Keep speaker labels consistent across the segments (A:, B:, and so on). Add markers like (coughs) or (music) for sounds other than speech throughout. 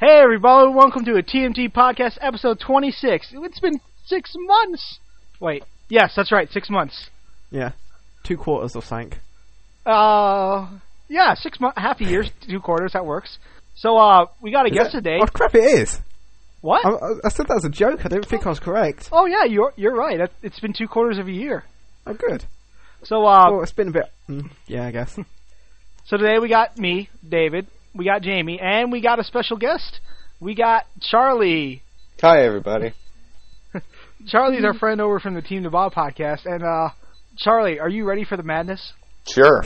A: Hey, everybody, welcome to a TMT podcast episode 26. It's been six months. Wait, yes, that's right, six months.
B: Yeah. Two quarters or sank.
A: Uh, yeah, six months, half a year, two quarters, that works. So, uh, we got a
B: Is
A: guest
B: it?
A: today.
B: Oh crap! It is. (laughs)
A: What?
B: I, I- I said that as a joke. I didn't think I was correct.
A: oh, yeah, you're, you're right. That- It's been two quarters of a year.
B: Oh, good.
A: So, uh,
B: well, it's been a bit. Mm, yeah, I (laughs) guess.
A: so today we got me, David, we got Jamie, and we got a special guest. We got Charlie.
C: Hi, everybody.
A: Charlie's our friend over from the Team to Bob podcast, and, uh, Charlie, are you ready for the madness?
C: Sure.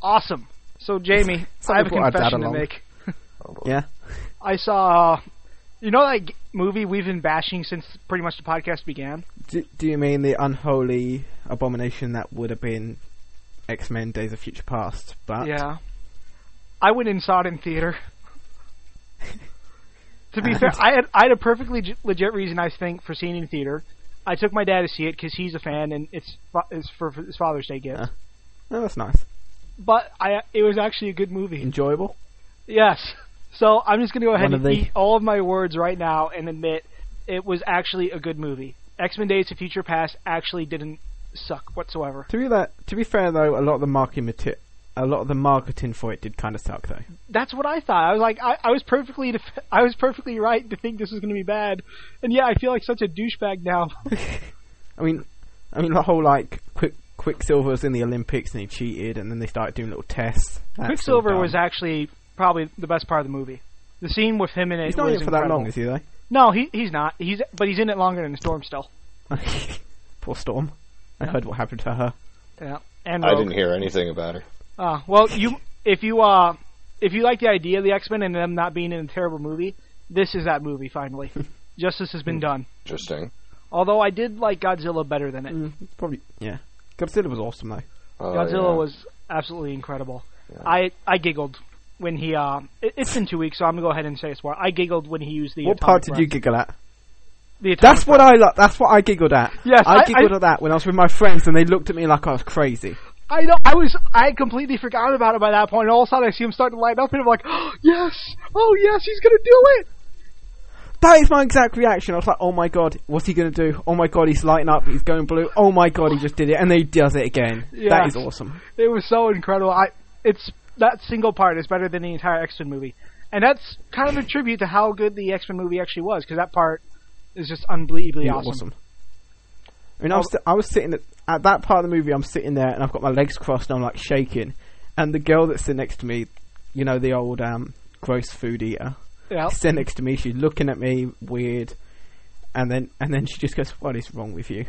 A: Awesome. So Jamie, I have a
B: Somebody brought our dad
A: confession to
B: along.
A: make.
B: Yeah.
A: I saw, you know, that g- movie we've been bashing since pretty much the podcast began.
B: Do, do you mean the unholy abomination that would have been X Men: Days of Future Past? But
A: Yeah. I went and saw it in theater. to be fair, I had I had a perfectly j- legit reason I think for seeing it in theater. I took my dad to see it because he's a fan and it's fa- it's for for his Father's Day gift.
B: Yeah. Oh, that's nice.
A: But I it was actually a good movie.
B: Enjoyable.
A: Yes. So I'm just going to go ahead
B: One
A: and
B: of the-
A: eat all of my words right now and admit it was actually a good movie. X Men Days of Future Past actually didn't suck whatsoever.
B: To be that. To be fair though, a lot of the marketing mati- a lot of the marketing for it did kind of suck though.
A: That's what I thought. I was like, I, I was perfectly, def- (laughs) I was perfectly right to think this was going to be bad, and yeah, I feel like such a douchebag now. (laughs)
B: I mean, I mean the whole like quick. Quicksilver was in the Olympics and he cheated, and then they started doing little tests. That's
A: Quicksilver
B: all
A: was
B: dumb.
A: actually probably the best part of the movie. The scene with him in it
B: He's not
A: was
B: in it for that
A: incredible.
B: long, is he? Though.
A: No, he he's not. He's but he's in it longer than Storm still.
B: (laughs) Poor Storm. I heard what happened to her.
A: Yeah, and
C: I
A: Rogue.
C: didn't hear anything about her.
A: Uh, well, you if you uh if you like the idea of the X Men and them not being in a terrible movie, this is that movie
B: (laughs)
A: finally. Justice has been done.
C: Interesting.
A: Although I did like Godzilla better than it.
B: Mm, probably, yeah. Godzilla was awesome though.
C: Oh,
A: Godzilla
C: yeah.
A: was absolutely incredible. I I giggled when he uh it, it's been two weeks, so I'm gonna go ahead and say it's more. I giggled when he used the
B: what
A: atomic
B: part did you
A: breath.
B: giggle at?
A: The atomic
B: That's what I lo- that's what I giggled at.
A: Yes, I-
B: I giggled
A: I-
B: at that when I was with my friends and they looked at me like I was crazy.
A: I know. I was. I had completely forgotten about it by that point. And all of a sudden, I see him starting to light up, and I'm like, (gasps) oh, "Yes! Oh, yes! He's gonna do it!"
B: That is my exact reaction. I was like, "Oh my god, what's he gonna do? Oh my god, he's lighting up. He's going blue. Oh my god, he just did it." And then he does it again.
A: Yeah.
B: That is awesome.
A: It was so incredible. I it's that single part is better than the entire X Men movie, and that's kind of a tribute to how good the X Men movie actually was because that part is just unbelievably
B: He's
A: awesome. Oh.
B: I mean, I was st- I was sitting at, at that part of the movie. I'm sitting there and I've got my legs crossed and I'm like shaking. And the girl that's sitting next to me, you know, the old um, gross food eater.
A: Yeah, (laughs)
B: She's sitting next to me. She's looking at me weird, and then and then she just goes, "What is wrong
A: (laughs)
B: with you?"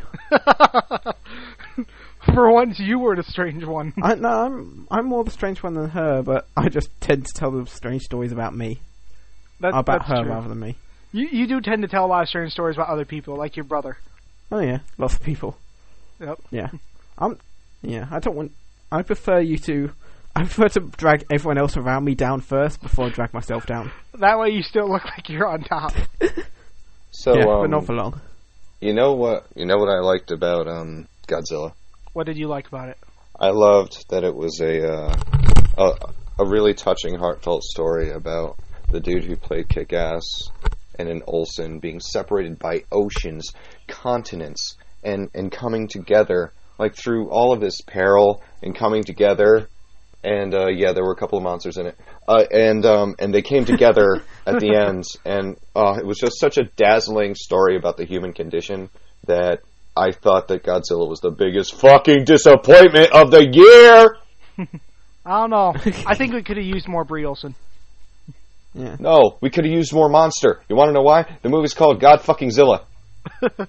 A: for once you were the strange one. (laughs)
B: I no, I'm I'm more the strange one than her, but I just tend to tell the strange stories about me,
A: That,
B: about
A: that's
B: her
A: true.
B: rather than me.
A: You you do tend to tell a lot of strange stories about other people, like your brother.
B: Oh yeah, lots of people.
A: Yep.
B: Yeah, I'm. Yeah, I don't want. I prefer you to. I prefer to drag everyone else around me down first before I drag myself down.
A: That way you still (laughs) look like you're on top.
C: So,
B: yeah, but
C: um,
B: not for long.
C: you know what? You know what I liked about um, Godzilla.
A: What did you like about it?
C: I loved that it was a, uh, a a really touching, heartfelt story about the dude who played Kick-Ass and an Olsen being separated by oceans, continents, and and coming together like through all of this peril and coming together. And uh, yeah, there were a couple of monsters in it, uh, and um, and they came together at the end, and uh, it was just such a dazzling story about the human condition that I thought that Godzilla was the biggest fucking disappointment of the year.
A: I don't know. I think we could have used more Brie Olsen.
B: Yeah,
C: No, we could have used more monster. You want to know why? The movie's called God
B: (laughs)
C: fucking Zilla. Well,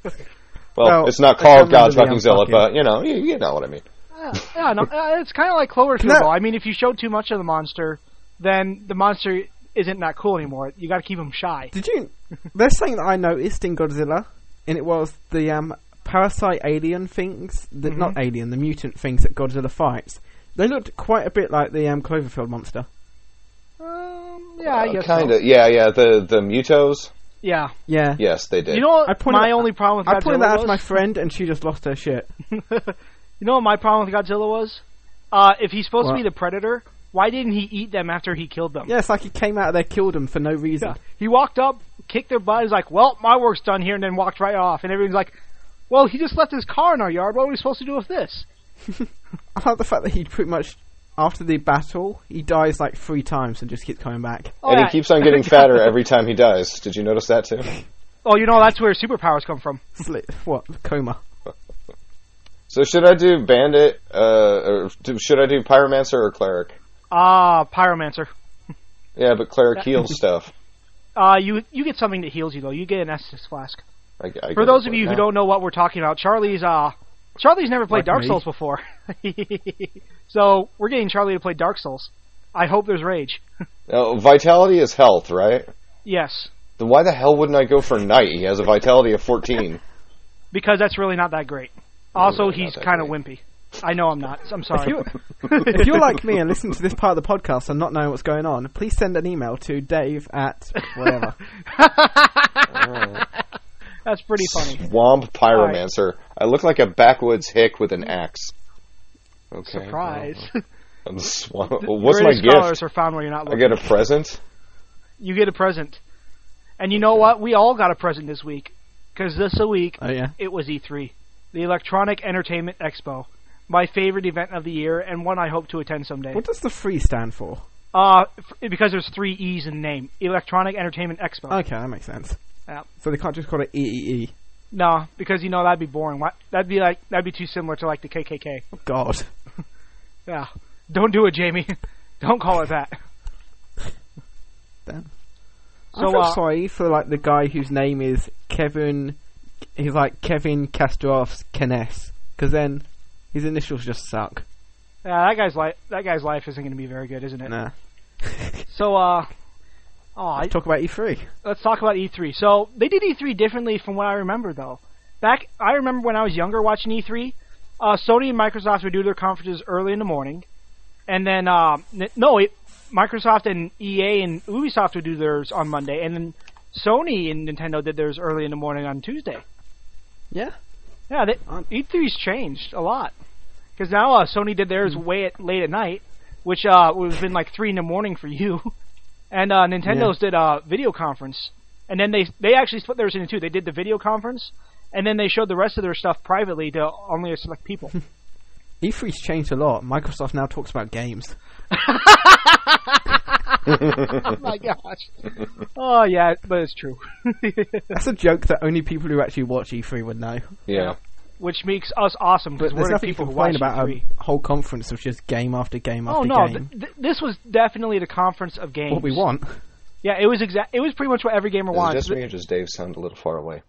B: Well,
C: it's not
B: I can't
C: called God
B: remember the
C: fucking Zilla,
B: unfucking.
C: but you know, you, you know what I mean.
A: Uh, yeah,
B: (laughs)
A: no, uh, it's kind of like Cloverfield.
B: No.
A: though. I mean, if you show too much of the monster, then the monster isn't that cool anymore. You got to keep him shy.
B: Did you? There's something that I noticed in Godzilla, and it was the um, parasite alien things, the,
A: Mm-hmm.
B: not alien, the mutant things that Godzilla fights. They looked quite a bit like the um, Cloverfield monster.
A: Um, yeah, I guess.
C: kind
A: so.
C: of. Yeah, yeah. The the mutos.
A: Yeah.
B: Yeah,
C: Yes, they did.
A: You know what?
B: I pointed
A: my
B: that-
A: only problem with
B: I
A: Godzilla
B: pointed that out to
A: was.
B: my friend, and she just lost her shit.
A: (laughs)
B: (laughs)
A: you know what my problem with Godzilla was? Uh, if he's supposed
B: What?
A: to be the predator, Why didn't he eat them after he killed them?
B: Yeah, it's like he came out of there, killed them for no reason.
A: Yeah. He walked up, kicked their butt, he's like, well, my work's done here, and then walked right off. And everyone's like, well, he just left his car in our yard. What are we supposed to do with this?
B: I like the fact that he pretty much after the battle he dies like three times and just keeps coming back.
A: Oh,
C: and
A: yeah.
C: he keeps
A: (laughs)
C: on getting fatter every time he dies. Did you notice that too?
A: Oh, you know, that's where superpowers come from.
B: Sli- what coma?
C: So should I do bandit? Uh, or do- should I do pyromancer or cleric?
A: Ah, pyromancer.
C: Yeah, but cleric heals stuff.
A: Uh, you you get something that heals you though. You get an Estus flask.
C: I, I
A: For those of you who don't know what we're talking about, Charlie's uh, Charlie's never played
B: Like
A: Dark
B: me.
A: Souls before, (laughs) so we're getting Charlie to play Dark Souls. I hope there's rage.
C: know, Oh, vitality is health, right?
A: yes,
C: Then why the hell wouldn't I go for knight? He has a vitality of fourteen.
A: because that's really not that great. Also,
C: really not
A: he's
C: that
A: kind of
C: great.
A: wimpy. I know I'm not. I'm
C: (laughs)
A: sorry.
B: If you're like me and listen to this part of the podcast and not knowing what's going on, please send an email to Dave at whatever.
A: (laughs) that's (laughs) pretty funny.
C: Swamp pyromancer. I look like a backwoods hick with an axe. Okay. (laughs)
A: Surprise!
C: well, I'm swamp. Well, what's my
A: Greatest scholars
C: gift?
A: are found where you're not
C: I
A: looking. (laughs)
C: get a present.
A: You get a present, and you know what? We all got a present this week because this week
B: (laughs) oh yeah.
A: it was E3, the Electronic Entertainment Expo, my favorite event of the year and one I hope to attend someday.
B: What does the free stand for?
A: Uh, f- because there's three E's in the name, Electronic Entertainment Expo.
B: Okay, that makes sense.
A: Yeah.
B: So they can't just call it E EEE.
A: no, because you know that'd be boring. Why- That'd be like that'd be too similar to like the KKK.
B: Oh, God.
A: Yeah, don't do it, Jamie. (laughs) don't call it that.
B: Damn.
A: So
B: I feel
A: uh,
B: sorry for like the guy whose name is Kevin. He's like Kevin Kastorf's Kness, because then his initials just suck.
A: yeah, that guy's life that guy's life isn't going to be very good, isn't it?
B: Nah.
A: So uh, oh, I,
B: Talk about E E3.
A: let's talk about E3. So they did E3 differently from what I remember, though. Back, I remember when I was younger watching E3. Uh, Sony and Microsoft would do their conferences early in the morning, and then uh, n- no, it, Microsoft and EA and Ubisoft would do theirs on Monday, and then Sony and Nintendo did theirs early in the morning on Tuesday.
B: Yeah.
A: Yeah, they,
B: Um,
A: E3's changed a lot because now uh, Sony did
B: Hmm.
A: theirs way at, late at night, which uh, would have been like three in the morning for you, (laughs) and uh, Nintendo's did a video conference, and then they they actually split theirs into two. They did the video conference, and then they showed the rest of their stuff privately to only a select people. (laughs)
B: E3's E changed a lot. Microsoft now talks about games.
A: oh my
B: (laughs)
A: gosh! Oh yeah, but it's true. (laughs)
B: That's a joke that only people who actually watch E3 would know.
C: Yeah.
A: which makes us awesome
B: But
A: because
B: there's
A: we're the
B: nothing to
A: people who
B: complain
A: watch
B: about
A: E3.
B: a whole conference of just game after game after
A: Oh no!
B: game.
A: Th- th- this was definitely the conference of games.
B: what we want.
A: Yeah, it was exact. It was pretty much what every gamer
C: Is it
A: wants.
C: just me or does Dave sound a little far away?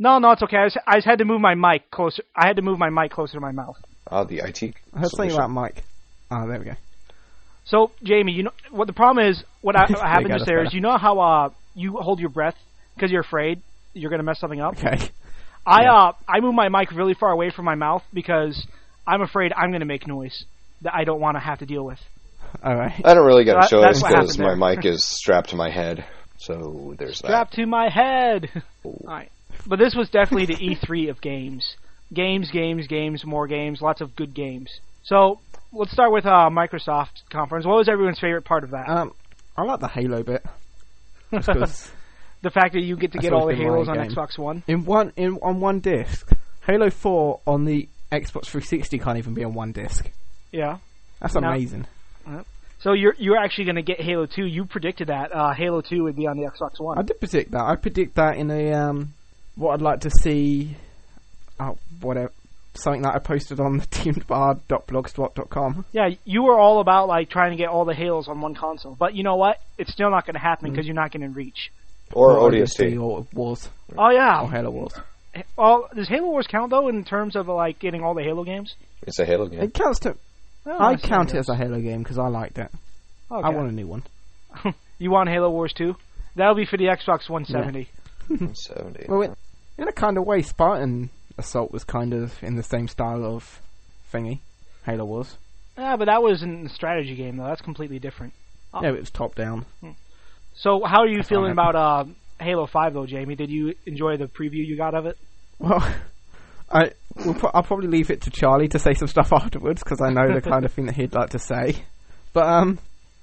A: No, no, it's okay. I just, I just had to move my mic closer. I had to move my mic closer to my mouth.
C: Ah, the IT.
B: I heard something
C: solution.
B: about Mike. Ah, there we go.
A: So, Jamie, you know what the problem is? What
B: (laughs)
A: I, what happened
B: got
A: just
B: us
A: there is
B: better.
A: you know how uh you hold your breath because you're afraid you're gonna mess something up.
B: Okay. (laughs)
A: I uh I move my mic really far away from my mouth because I'm afraid I'm gonna make noise that I don't want to have to deal with.
B: All right.
C: I don't really got a
A: That- that's
C: choice
A: what
C: because my
A: happened there. (laughs)
C: mic is strapped to my head. So there's
A: Strap to my head. (laughs) All right. But this was definitely the E3 of games. Games, games, games, more games, lots of good games. So let's start with uh, Microsoft conference. What was everyone's favorite part of that?
B: Um, I like the Halo bit. Just 'cause
A: the fact that you get to
B: that's
A: get all the
B: always been my
A: Halos on
B: game.
A: Xbox One.
B: (laughs) in one in on one disc, Halo Four on the Xbox 360 can't even be on one disc.
A: Yeah.
B: That's
A: No.
B: amazing.
A: So you're you're actually going to get Halo 2. You predicted that uh, Halo 2 would be on the Xbox
B: I
A: One.
B: did predict that. I predict that in a um, what I'd like to see, oh, whatever, something that I posted on the (laughs) teambar.blogspot.com.
A: Yeah, you were all about like trying to get all the Halos on one console, but you know what? It's still not going to
B: Mm-hmm.
A: happen because you're not getting reach.
C: that. Or
B: Odyssey
C: ODST.
B: or Wars
A: Oh yeah.
B: or Halo Wars.
A: Well, does Halo Wars count though in terms of like getting all the Halo games?
C: It's a Halo
A: (laughs)
C: game.
B: It counts to.
A: don't
B: I
A: know, Oh, see
B: count it
A: how
B: as a Halo game because I liked it.
A: goes.
B: I
A: Okay.
B: want a new one.
A: You want Halo Wars 2? That'll be for the Xbox 170.
C: 70.
B: Well, it, in a kind of way, Spartan Assault was kind of in the same style of thingy Halo was.
A: Yeah, but that wasn't a strategy game though. That's completely different. Oh.
B: Yeah, it was top down.
A: So, how are you
B: That's
A: feeling
B: not
A: about uh, Halo 5 though, Jamie? Did you enjoy the preview you got of it?
B: Well, (laughs) I (laughs) we'll pro- I'll probably leave it to Charlie to say some stuff afterwards because I know the kind of thing that he'd like to say. But um,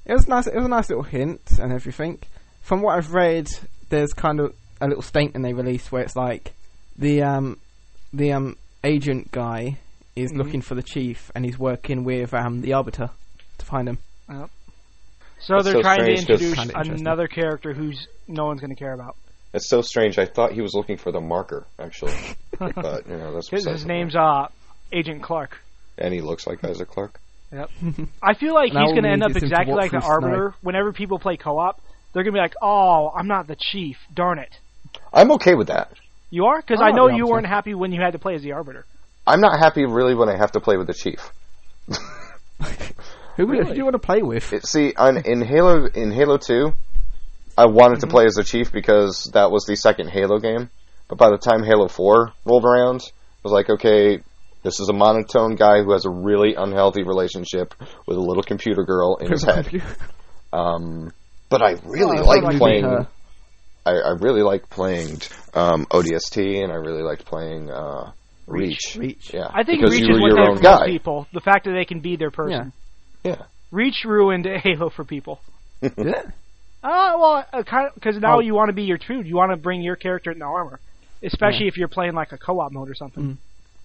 B: it was nice. It was a nice little hint and everything. From what I've read, there's kind of a little statement they released where it's like the um, the um, agent guy is
C: Mm-hmm.
A: Mhm.
B: looking for the chief and he's working with um, the arbiter to find him.
A: So
C: That's
A: they're
C: so
A: trying to
C: strange, 'cause-
A: introduce
B: Kinda interesting.
A: another character who's no one's going to care about.
C: It's so strange. I thought he was looking for the marker,
A: (laughs)
C: actually. but, you know, that's
A: His,
C: besides
A: his
C: the
A: name's
C: point.
A: uh, Agent Clark.
C: And he looks like Isaac Clark.
A: I feel like
B: And
A: he's
B: all
A: going to
B: we
A: end
B: need
A: up
B: is him to
A: exactly
B: walk
A: like the
B: through snow.
A: Arbiter. Whenever people play co-op, they're going to be like, "Oh, I'm not the chief. Darn it."
C: I'm okay with that.
A: You are because
B: Oh, I'm
A: I
B: not
A: know
B: the
A: you
B: Arbiter.
A: weren't happy when you had to play as the Arbiter.
C: I'm not happy really when I have to play with the chief.
B: Who, would who do you want to play with?
C: It- see, on, in Halo, in Halo Two, I wanted to play as the chief because that was the second Halo game. But by the time Halo Four rolled around, I was like, okay, this is a monotone guy who has a really unhealthy relationship with a little computer girl in
B: (laughs)
C: his (laughs) head. Um, but I really
A: Oh, I
C: like
A: like
C: playing.
B: her.
C: I, I really like playing um, ODST, and I really liked playing uh, Reach.
B: Reach.
C: Yeah,
A: I think
C: because
A: Reach
C: you
A: is
C: were
A: what
C: your own
A: for most
C: guy.
A: people. The fact that they can be their person.
C: Yeah.
A: Reach ruined (laughs) Halo for people.
B: Yeah.
A: Uh, well, uh, kind because now
B: Oh.
A: you want to be your dude. You want to bring your character in the armor, especially if you're playing like a co-op mode or something.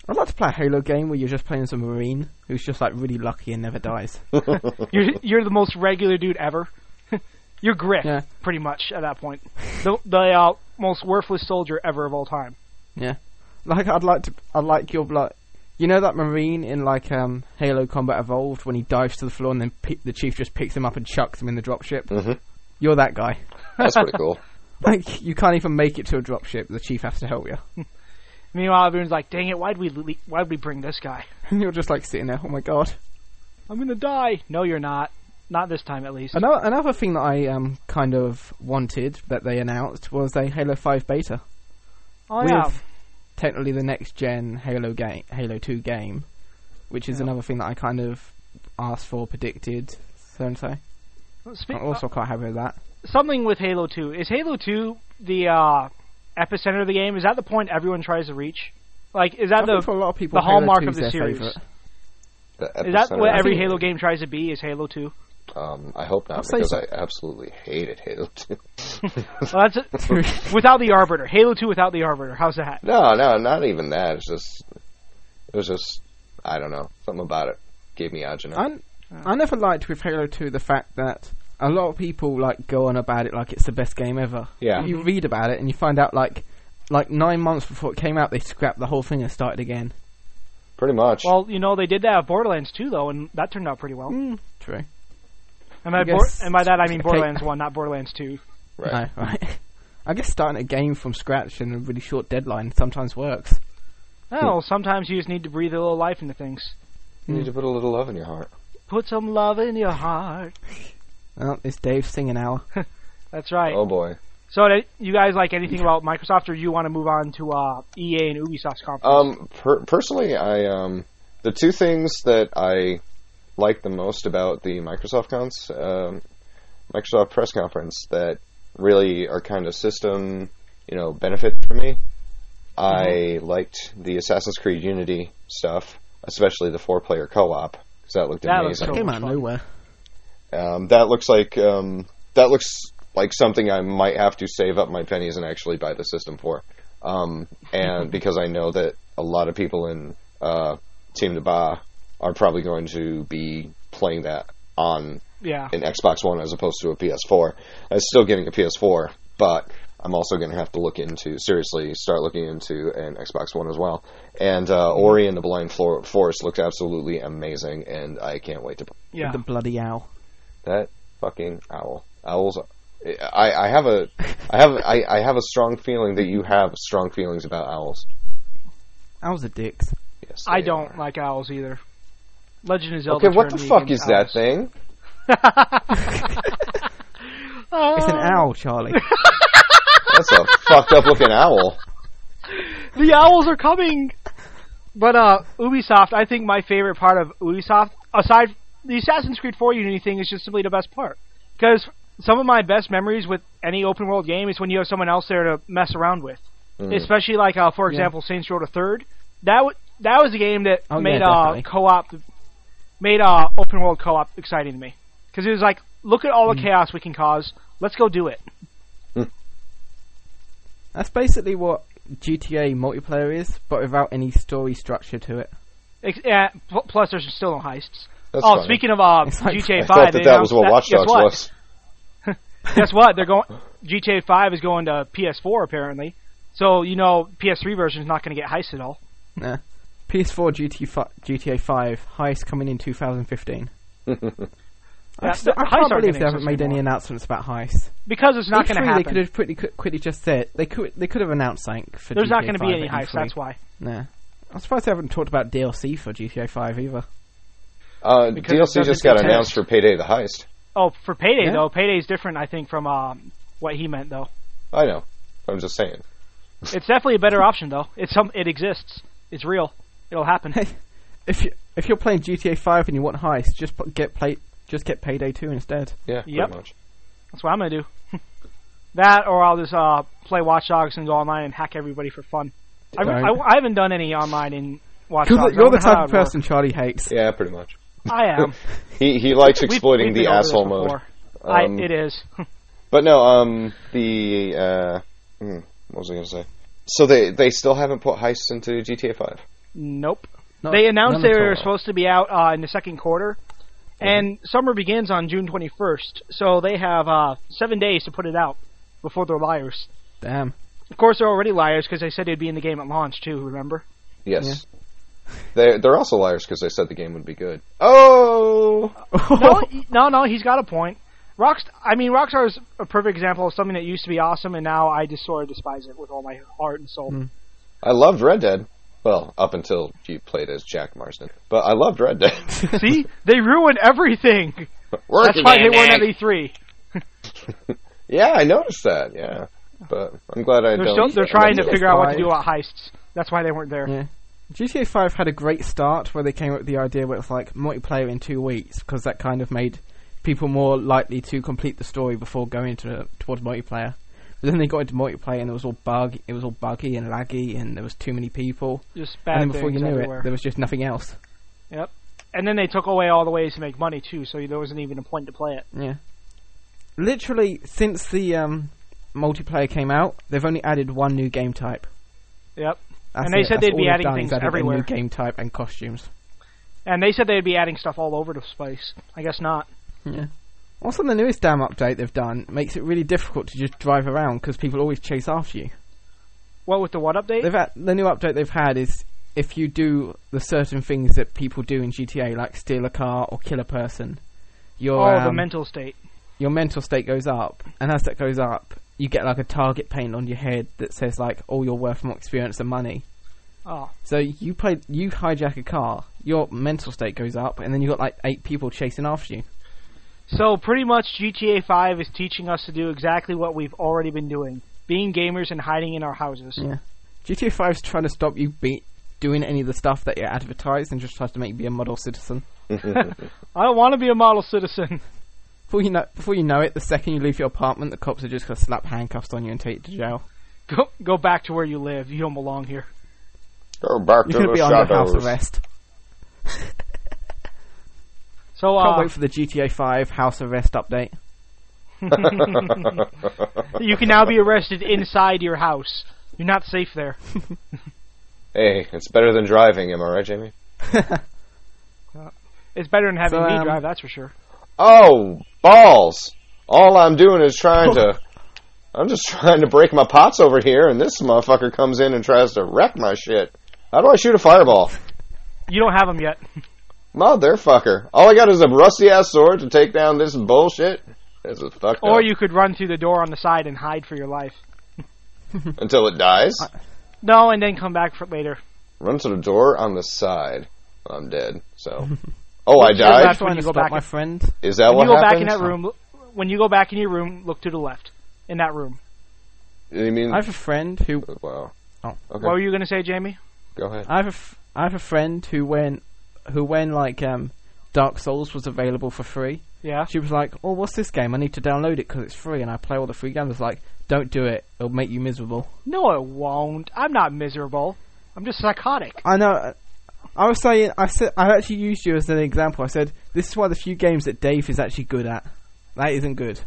B: I'd like to play a Halo game where you're just playing as a Marine who's just like really lucky and never dies.
A: You're you're the most regular dude ever. (laughs) you're Griff,
B: Yeah.
A: pretty much at that point. The the uh, most worthless soldier ever of all time.
B: Yeah, like I'd like to. I'd like your like, you know that marine in like um Halo Combat Evolved when he dives to the floor and then pe- the chief just picks him up and chucks him in the dropship.
C: Mhm.
B: You're that guy.
C: (laughs) That's pretty
A: (laughs)
C: cool.
B: Like you can't even make it to a dropship. The chief has to help you. (laughs)
A: Meanwhile, everyone's like, "Dang it! Why'd we le- why'd we bring this guy?
B: And you're just like sitting there. Oh my god.
A: I'm gonna die." No, you're not. Not this time, at least.
B: Another another thing that I um kind of wanted that they announced was a Halo Five beta
A: Oh yeah,
B: with technically the next gen Halo game, Halo Two game, which is
A: Yeah.
B: another thing that I kind of asked for, predicted, so and so.
A: Spe- uh,
B: I'm also quite happy with that.
A: something with Halo 2. Is Halo 2 the uh, epicenter of the game? Is that the point everyone tries to reach? Like, is that
B: I
A: the
B: think for a lot of people,
A: the
B: Halo
A: hallmark
B: 2
A: of
B: is
A: the
B: their
A: series?
B: favourite.
C: The
A: is that
C: epicenter-
A: what every
C: I
A: Halo game tries to be? Is Halo 2?
C: think- Um, I
A: (laughs)
C: hope not
B: I'd say
C: because
B: so.
C: I absolutely hated (laughs) Halo Two.
A: Well, that's
B: (laughs)
A: it. without the Arbiter. Halo 2 without the Arbiter. How's that?
C: no, no, not even that. It's just it was just I don't know something about it gave me agina.
B: I, I never liked with Halo 2 the fact that a lot of people like go on about it like it's the best game ever.
C: Yeah.
B: You read about it and you find out like like nine months before it came out, they scrapped the whole thing and started again.
C: Pretty much.
A: Well, you know they did that at Borderlands 2 though, and that turned out pretty well.
B: Mm, true.
A: And by,
B: I
A: Bor-
B: guess-
A: and by that I mean
B: okay.
A: Borderlands 1, not Borderlands 2.
C: right.
B: No, (laughs) right. I guess starting a game from scratch in a really short deadline sometimes works.
C: Hmm.
A: No, sometimes you just need to breathe a little life into things.
C: You need to put a little love in your heart.
A: Put some love in your heart.
B: Oh, it's Dave singing hour.
A: That's right.
C: Oh boy.
A: So, that you guys like anything about Microsoft, or you want to move on to uh, EA and Ubisoft's conference?
C: Um, per- personally, I um, the two things that I like the most about the Microsoft cons, um, Microsoft press conference that really are kind of system, you know, benefits for me. I
A: Mm-hmm.
C: liked the Assassin's Creed Unity stuff, especially the four-player co-op because that looked
A: That looks
C: amazing.
A: cool.
B: Came out of
A: fun.
B: nowhere.
C: Um, that looks like um, that looks like something I might have to save up my pennies and actually buy the system for, um, and because I know that a lot of people in uh, Team Naba are probably going to be playing that on
A: yeah.
C: an Xbox One as opposed to a PS4. I'm still getting a PS4, but I'm also going to have to look into seriously start looking into an Xbox One as well. And uh, Ori and the Blind Flor- Forest looks absolutely amazing, and I can't wait to
A: Yeah.
B: The bloody owl.
C: that fucking owl. Owls. I, I have a I have I, I have a strong feeling that you have strong feelings about owls.
B: Owls are dicks.
C: Yes,
A: I
C: they
A: don't
C: are.
A: like owls either. Legend of Zelda.
C: Okay, what the
A: turned me
C: fuck is
A: against
C: that
A: owls.
C: thing?
B: It's an
A: Oh. (laughs)
B: owl, Charlie.
C: That's a fucked up looking owl.
A: The owls are coming. But uh, Ubisoft, I think my favorite part of Ubisoft, aside the Assassin's Creed 4 Unity thing, is just simply the best part. Because some of my best memories with any open world game is when you have someone else there to mess around with. Especially like, uh, for
B: Yeah.
A: example, Saints Row the Third. That w- that was a game that
B: Oh, yeah,
A: made uh,
B: definitely.
A: co-op, made uh, open world co-op exciting to me. because it was like, look at all
B: Mm.
A: the chaos we can cause. Let's go do it.
B: That's basically what GTA multiplayer is, but without any story structure to it.
A: Ex- eh, pl- plus, there's still no heists.
C: That's
A: oh,
C: funny.
A: speaking of uh,
B: It's like-
A: GTA
C: (laughs)
A: 5,
C: I thought
A: they
C: that that was
A: announced
C: what Watch
A: guess
C: Dogs
A: what?
C: was.
A: Guess what? They're going. GTA 5 is going to PS4 apparently. So you know, PS3 version is not going to get heists at all.
B: Nah. PS4 GT fi- GTA 5 heist coming in 2015.
A: Yeah,
B: I, still,
A: heists
B: I can't
A: aren't
B: believe
A: gonna
B: they haven't
A: exist
B: made any
A: anymore.
B: announcements about heists.
A: Because it's not going
B: E3,
A: to
B: They could
A: happen.
B: have pretty qu- quickly just said they could they could have announced something for
A: There's
B: GTA
A: not going to
B: 5
A: be any
B: at
A: heists.
B: E3.
A: That's why.
B: Nah. I'm surprised they haven't talked about DLC for GTA 5 either.
C: (laughs) Uh,
A: Because it
C: DLC just
A: doesn't
C: got
A: contest.
C: announced for Payday the Heist.
A: Oh, for payday
B: Yeah.
A: though, payday's different. I think from um, what he meant though.
C: I know. I'm just saying.
A: It's definitely a better option though. It's some. It exists. It's real. It'll happen.
B: If you if you're playing GTA 5 and you want heists, just put, get play just get Payday 2 instead.
C: Yeah,
A: Yep.
C: pretty much.
A: That's what I'm gonna do. (laughs) that, or I'll just uh, play Watch Dogs and go online and hack everybody for fun. I,
B: Right.
A: I, I haven't done any online in Watch
B: (laughs) You're,
A: Dogs.
B: the,
A: I
B: you're the
A: don't know how
B: type of
A: it would work.
B: person Charlie hates.
C: Yeah, pretty much.
A: I
C: (laughs)
A: am.
C: He he likes
A: We've-
C: exploiting
A: we've
C: the
A: been over this
C: asshole mode.
A: before. I,
C: Um,
A: it is. (laughs)
C: But no, um, the uh, hmm, what was I going to say? So they they still haven't put heists into GTA Five.
A: nope.
B: Not-
A: They announced
B: none
A: they
B: at
A: were
B: all.
A: supposed to be out uh, in the second quarter, and summer begins on June 21st, so they have uh, seven days to put it out before they're liars.
B: Damn.
A: Of course, they're already liars because they said they'd be in the game at launch too. Remember?
C: Yes. They they're also liars because they said the game would be good. Oh,
B: (laughs)
A: no, he- no, no. He's got a point. Rockst I mean, Rockstar is a perfect example of something that used to be awesome, and now I just sort of despise it with all my heart and soul.
C: I loved Red Dead. Well, up until you played as Jack Marsden, but I loved
A: (laughs)
C: Red Dead.
A: See, they ruined everything. That's
C: Working
A: why they
C: in
A: weren't at E
C: it.
A: E3.
C: Yeah, I noticed that. Yeah, but I'm glad I
A: They're
C: don't.
A: still they're trying to
B: Yes,
A: figure out what to
B: why?
A: do about heists. That's why they weren't there.
B: Yeah. GTA 5 had a great start where they came up with the idea where it's like multiplayer in two weeks because that kind of made people more likely to complete the story before going to, towards multiplayer. But then they got into multiplayer and it was all bug, it was all buggy and laggy and there was too many people.
A: Just
B: and
A: bad
B: then before you
A: things
B: knew
A: everywhere.
B: it, there was just nothing else.
A: Yep. And then they took away all the ways to make money too, so there wasn't even a point to play it.
B: Yeah. Literally since the um, multiplayer came out, they've only added one new game type.
A: Yep.
B: That's
A: And they
B: it.
A: said
B: That's
A: they'd
B: all
A: be
B: they've
A: adding
B: done is
A: things
B: added A
A: everywhere.
B: new game type and costumes.
A: And they said they'd be adding stuff all over the place. I guess not.
B: Yeah. Also, the newest damn update they've done makes it really difficult to just drive around because people always chase after you.
A: What with the what update?
B: They've had, the new update they've had is if you do the certain things that people do in GTA, like steal a car or kill a person, your
A: oh, the
B: um,
A: mental state.
B: your mental state goes up, and as that goes up, you get like a target paint on your head that says like, "Oh, you're worth more experience than money."
A: Oh,
B: So you play, you hijack a car, your mental state goes up, and then you got like eight people chasing after you.
A: so pretty much GTA 5 is teaching us to do exactly what we've already been doing: being gamers and hiding in our houses.
B: Yeah. GTA 5's trying to stop you be- doing any of the stuff that you're advertised and just tries to make you be a model citizen.
A: I don't want to be a model citizen. (laughs)
B: Before you know, before you know it, the second you leave your apartment, the cops are just gonna slap handcuffs on you and take you to jail.
A: Go go back to where you live. You don't belong here.
C: Go back
B: You're gonna
C: to the
B: be under house
C: shadows.
B: arrest.
A: So uh,
B: Can't wait for the GTA 5 house arrest update.
A: you can now be arrested inside your house. You're not safe there.
C: (laughs) Hey, it's better than driving. Am I right, Jamie?
A: It's better than having
B: So,
A: me
B: um,
A: drive. That's for sure.
C: Oh, balls! All I'm doing is trying to.
A: (laughs)
C: I'm just trying to break my pots over here, and this motherfucker comes in and tries to wreck my shit. How do I shoot a fireball?
A: You don't have them yet.
C: Motherfucker. All I got is a rusty ass sword to take down this bullshit. This is fucked
A: Or
C: up.
A: you could run through the door on the side and hide for your life.
C: Until it dies.
A: No, and then come back for later.
C: Run to the door on the side. I'm dead,
A: (laughs)
C: so. Oh, I died?
A: That's
B: trying
A: when
B: to
A: you go
B: stop
A: back
B: my
A: and-
B: friend.
C: Is that
A: When
C: what
A: you go back
C: happened?
A: in that room, l- when you go back in your room, look to the left. In that room.
C: You mean?
B: I have a friend who
C: Wow.
B: Oh.
C: Okay,
A: What were you going to say, Jamie?
C: go ahead.
B: I have a f- I have a friend who when who when like um Dark Souls was available for free,
A: Yeah.
B: She was like, "Oh, what's this game? I need to download it because it's free, and I play all the free games." I was like, "Don't do it. It'll make you miserable."
A: No, it won't. I'm not miserable. I'm just psychotic.
B: I know. I was saying, I said, I actually used you as an example. I said this is one of the few games that Dave is actually good at. That isn't good.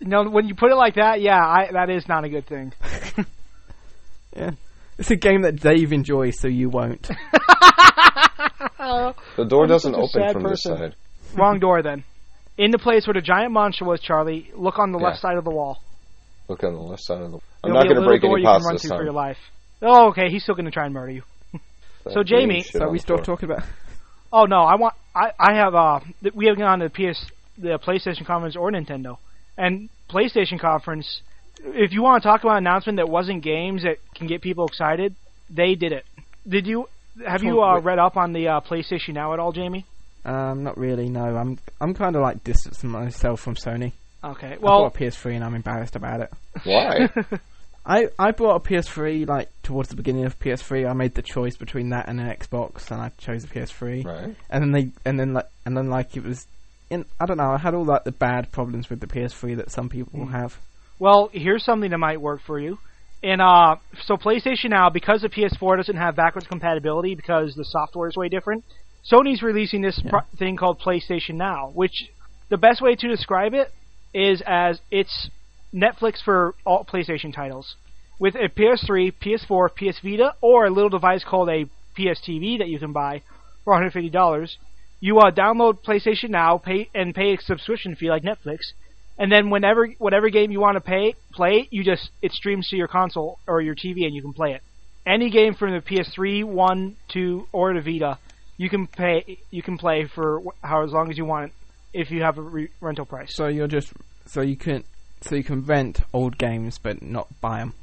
A: No, when you put it like that, yeah, I, that is not a good thing.
B: Yeah, it's a game that Dave enjoys, so you won't.
C: The door
A: I'm
C: doesn't
A: such a
C: open
A: sad
C: from
A: person.
C: this side.
A: Wrong door then. In the place where the giant monster was, Charlie, look on the left
C: Yeah.
A: side of the wall.
C: Look on the left side of the. I'm
A: There'll
C: not
A: be a
C: going to
A: little
C: break
A: door
C: any
A: you can
C: pots
A: run
C: this
A: through for your
C: time.
A: life. Oh, okay. He's still going to try and murder you.
C: That
A: So,
C: green
A: Jamie-
C: shit
B: so
C: on
B: we
C: the
B: stop
C: floor.
B: talking about.
A: Oh no, I want. I, I have. Uh, th- we haven't gone to the PS, the PlayStation conference or Nintendo, and PlayStation conference. If you want to talk about an announcement that wasn't games that can get people excited, they did it. Did you? Have you uh,
B: Wait.
A: read up on the uh, PlayStation Now at all, Jamie?
B: Um, not really. No, I'm I'm kind of like distancing myself from Sony.
A: Okay.
B: I
A: Well,
B: bought a PS3 and I'm embarrassed about it.
A: (laughs)
C: Why?
B: I I bought a PS3 like towards the beginning of PS3. I made the choice between that and an Xbox, and I chose the PS3.
C: right.
B: And then they and then like and then like it was. In, I don't know. I had all like the bad problems with the PS3 that some people
A: Hmm.
B: have.
A: well, here's something that might work for you. And uh, so PlayStation Now, because the PS4 doesn't have backwards compatibility because the software is way different, Sony's releasing this
B: Yeah.
A: pro- thing called PlayStation Now, which the best way to describe it is as it's Netflix for all PlayStation titles, with a PS3, PS4, PS Vita, or a little device called a PS TV that you can buy for 150 dollars. You uh, download PlayStation Now, pay and pay a subscription fee like Netflix, and then whenever whatever game you want to pay play, you just it streams to your console or your TV and you can play it. Any game from the PS3, one, two, or the Vita, you can pay you can play for wh- how as long as you want if you have a re- rental price.
B: So you're just so you can so you can rent old games but not buy them.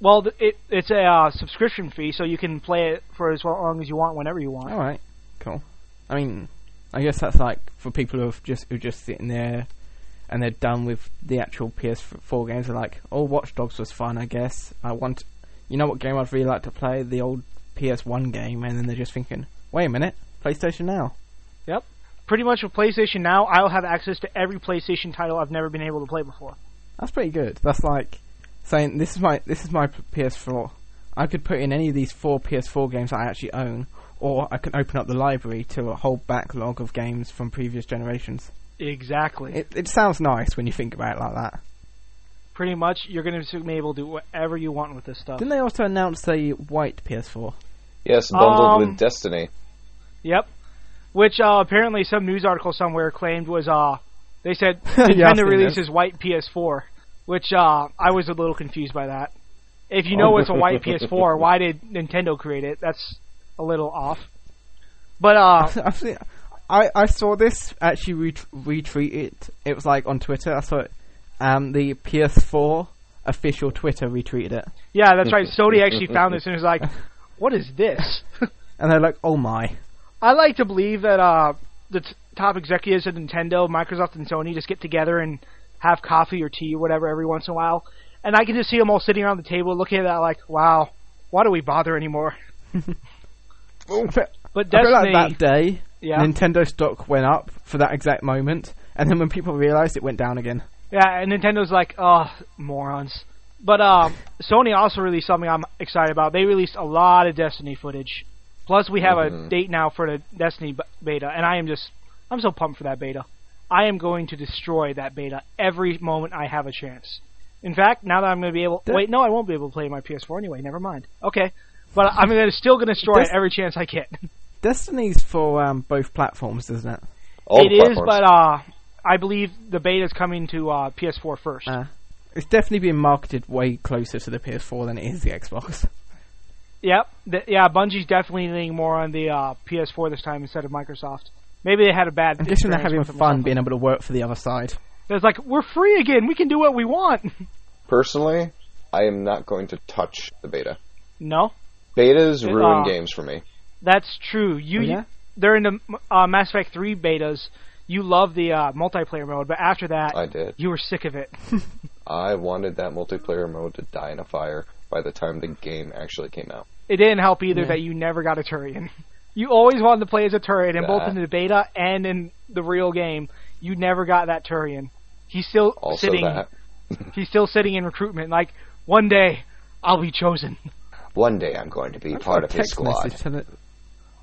A: Well, th- it, it's a uh, subscription fee, so you can play it for as long as you want, whenever you want.
B: All right, cool. I mean, I guess that's like for people who have just who just sitting there and they're done with the actual PS4 games. They're like, oh, Watch Dogs was fun, I guess. I want, you know, what game I'd really like to play? The old PS1 game, and then they're just thinking, wait a minute, PlayStation Now.
A: Pretty much with PlayStation Now, I'll have access to every PlayStation title I've never been able to play before.
B: That's pretty good. That's like saying this is my this is my p- PS4. I could put in any of these four PS4 games I actually own, or I can open up the library to a whole backlog of games from previous generations.
A: Exactly.
B: It, it sounds nice when you think about it like that.
A: Pretty much, you're going to be able to do whatever you want with this stuff.
B: Didn't they also announce the white PS4?
C: Yes, bundled
A: Um,
C: with Destiny.
A: Yep. Which uh, apparently some news article somewhere claimed was uh, they said
B: (laughs) Yeah, I've
A: Nintendo
B: seen
A: releases white PS4, which uh, I was a little confused by that. If you know
C: Oh.
A: it's a white
B: (laughs)
A: PS4, why did Nintendo create it? That's a little off. But uh,
B: (laughs) I've seen, I I saw this actually ret- retweeted. It was like on Twitter. I saw it. Um, the PS4 official Twitter retweeted it,
A: yeah, that's
B: (laughs)
A: right. Sony actually found this and was like, "What is this?"
B: and they're like, "Oh my!"
A: I like to believe that uh, the t- top executives at Nintendo, Microsoft, and Sony just get together and have coffee or tea or whatever every once in a while, and I can just see them all sitting around the table looking at that like, "Wow, why do we bother anymore?"
B: I
A: But
B: feel, I feel
A: Oh. Destiny,
B: like that day,
A: yeah,
B: Nintendo stock went up for that exact moment, and then when people realised, it went down again.
A: yeah, and Nintendo's like, "Oh, morons." But um, Sony also released something I'm excited about. They released a lot of Destiny footage. Plus, we have a
C: Mhm.
A: date now for the Destiny b- beta, and I am just, I'm so pumped for that beta. I am going to destroy that beta every moment I have a chance. In fact, now that I'm going to be able,
B: Did-
A: wait, no, I won't be able to play my PS4 anyway. Never mind. Okay, but I'm gonna, still going to destroy it
B: Des-
A: every chance I get.
B: Destiny's for um, both platforms, isn't it?
C: All
A: It
C: the
A: is,
C: platforms.
A: but uh, I believe the beta is coming to uh, PS4 first.
B: Uh, it's definitely being marketed way closer to the PS4 than it is the Xbox.
A: Yep. Th- yeah, Bungie's definitely leaning more on the uh, PS4 this time instead of Microsoft. Maybe they had a bad.
B: I'm guessing they're
A: experience
B: having
A: with them or
B: fun
A: something.
B: being able to work for the other side.
A: It's like we're free again. We can do what we want. (laughs)
C: Personally, I am not going to touch the beta.
A: no,
C: Betas
A: It-
C: ruin
A: uh,
C: games for me.
A: that's true. You,
B: Oh, yeah?
A: they're in the uh, Mass Effect three betas. You love the uh, multiplayer mode, but after that,
C: I did.
A: you were sick of it.
C: I wanted that multiplayer mode to die in a fire by the time the game actually came out.
A: It didn't help either
B: Yeah.
A: that you never got a Turian. (laughs) You always wanted to play as a Turian, and both
C: That-
A: in the beta and in the real game, you never got that Turian. He's still
C: Also
A: sitting.
C: that.
A: He's still sitting in recruitment. Like one day, I'll be chosen.
C: One day I'm going to be part of his
B: text
C: squad.
B: message to the-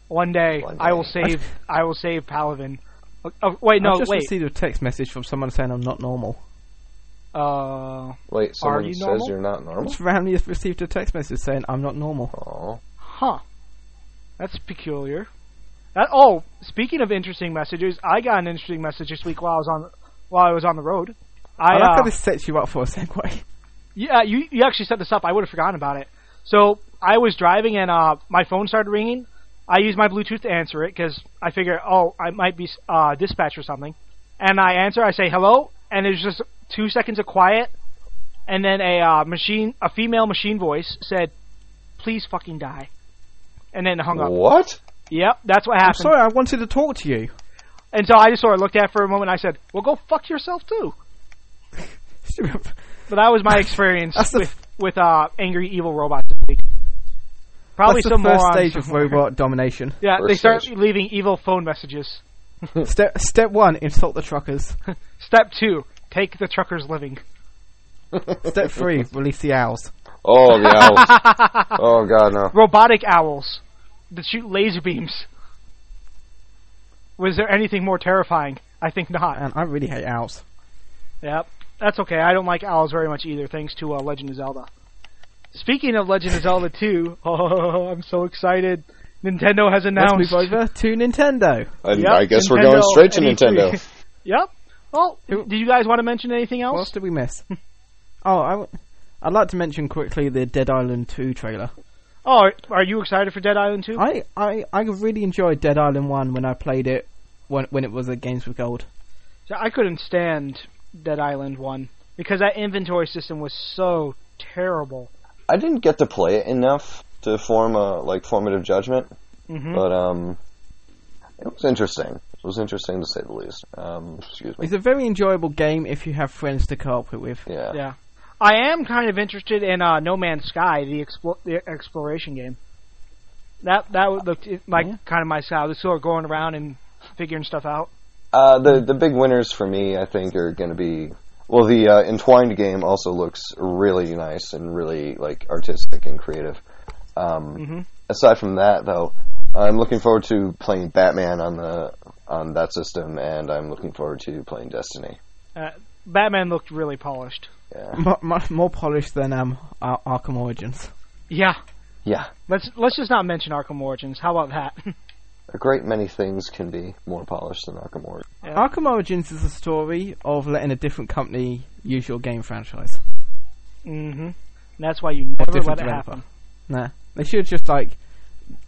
A: One day,
C: One
A: I will
C: day. (laughs)
A: save. I will save Palavin. Oh, oh, wait,
B: I
A: no,
B: just
A: wait.
B: received a text message from someone saying I'm not normal.
A: Uh,
C: Wait, someone
A: you
C: says
A: normal?
C: you're not normal? Oh.
B: Just randomly received a text message saying I'm not normal.
C: Aw.
A: huh. That's peculiar. That. Oh, speaking of interesting messages, I got an interesting message this week while I was on while I was on the road. I,
B: I like
A: uh,
B: how this sets you up for a segue.
A: Yeah, you you actually set this up. I would have forgotten about it. So I was driving and uh, my phone started ringing. I used my Bluetooth to answer it because I figure, oh, I might be uh, dispatch or something. And I answer, I say hello, and there's just two seconds of quiet, and then a uh, machine, a female machine voice said, "Please fucking die," and then hung up.
C: What?
A: Yep, that's what
B: I'm
A: happened.
B: sorry, I wanted to talk to you.
A: And so I just sort of looked at it for a moment. And I said, "Well, go fuck yourself too." But that was my experience
B: That's the-
A: with with uh, angry evil robots this week. Probably
B: That's the
A: some
B: first
A: morons
B: stage of
A: somewhere.
B: robot (laughs) domination.
A: Yeah,
C: First
A: they start
C: stage.
A: leaving evil phone messages.
B: Step step one: insult the truckers.
A: Step two: take the trucker's living.
B: Step (laughs) three: release the owls.
A: (laughs)
C: Oh, the owls. oh, God, no.
A: Robotic owls that shoot laser beams. Was there anything more terrifying? I think not.
B: And I really hate owls.
A: Yep, that's okay. I don't like owls very much either, thanks to uh, Legend of Zelda. Speaking of Legend of Zelda 2, (laughs) oh, I'm so excited! Nintendo has
B: Let's
A: announced
B: move over to Nintendo.
C: I,
A: Yep,
C: I guess we're
A: Nintendo E
C: going straight to
A: and E3.
C: Nintendo.
A: Yep. Well,
B: Who-
A: do you guys want to mention anything
B: What else
A: else?
B: did we (laughs) miss? oh, I w- I'd like to mention quickly the Dead Island 2 trailer.
A: Oh, are, are you excited for Dead Island 2?
B: I, I, I really enjoyed Dead Island 1 when I played it when, when it was at Games with Gold.
A: So I couldn't stand Dead Island 1 because that inventory system was so terrible.
C: I didn't get to play it enough to form a like formative judgment,
A: hmm
B: Mm-hmm.
C: but um, it was interesting. It was interesting to say the least. Um, excuse me.
B: It's a very enjoyable game if you have friends to co-op it with.
C: Yeah.
A: Yeah. I am kind of interested in uh, No Man's Sky, the, explo- the exploration game. That that would look it- like
B: Yeah.
A: kind of my style. Just sort of going around and figuring stuff out.
C: Uh, the the big winners for me, I think, are going to be well. The uh, entwined game also looks really nice and really like artistic and creative. Um,
A: Mhm.
C: Aside from that, though, I'm looking forward to playing Batman on the on that system, and I'm looking forward to playing Destiny.
A: Uh, Batman looked really polished.
C: Yeah,
B: Mu- mu- more polished than um, Ar- Arkham Origins.
A: Yeah.
C: yeah.
A: Let's let's just not mention Arkham Origins. How about that? (laughs)
C: A great many things can be more polished than Arkham Origins.
B: Arkham Origins is a story of letting a different company use your game franchise.
A: mm-hmm. And that's why you never let
B: different
A: it
B: developer.
A: happen.
B: Nah, they should have just like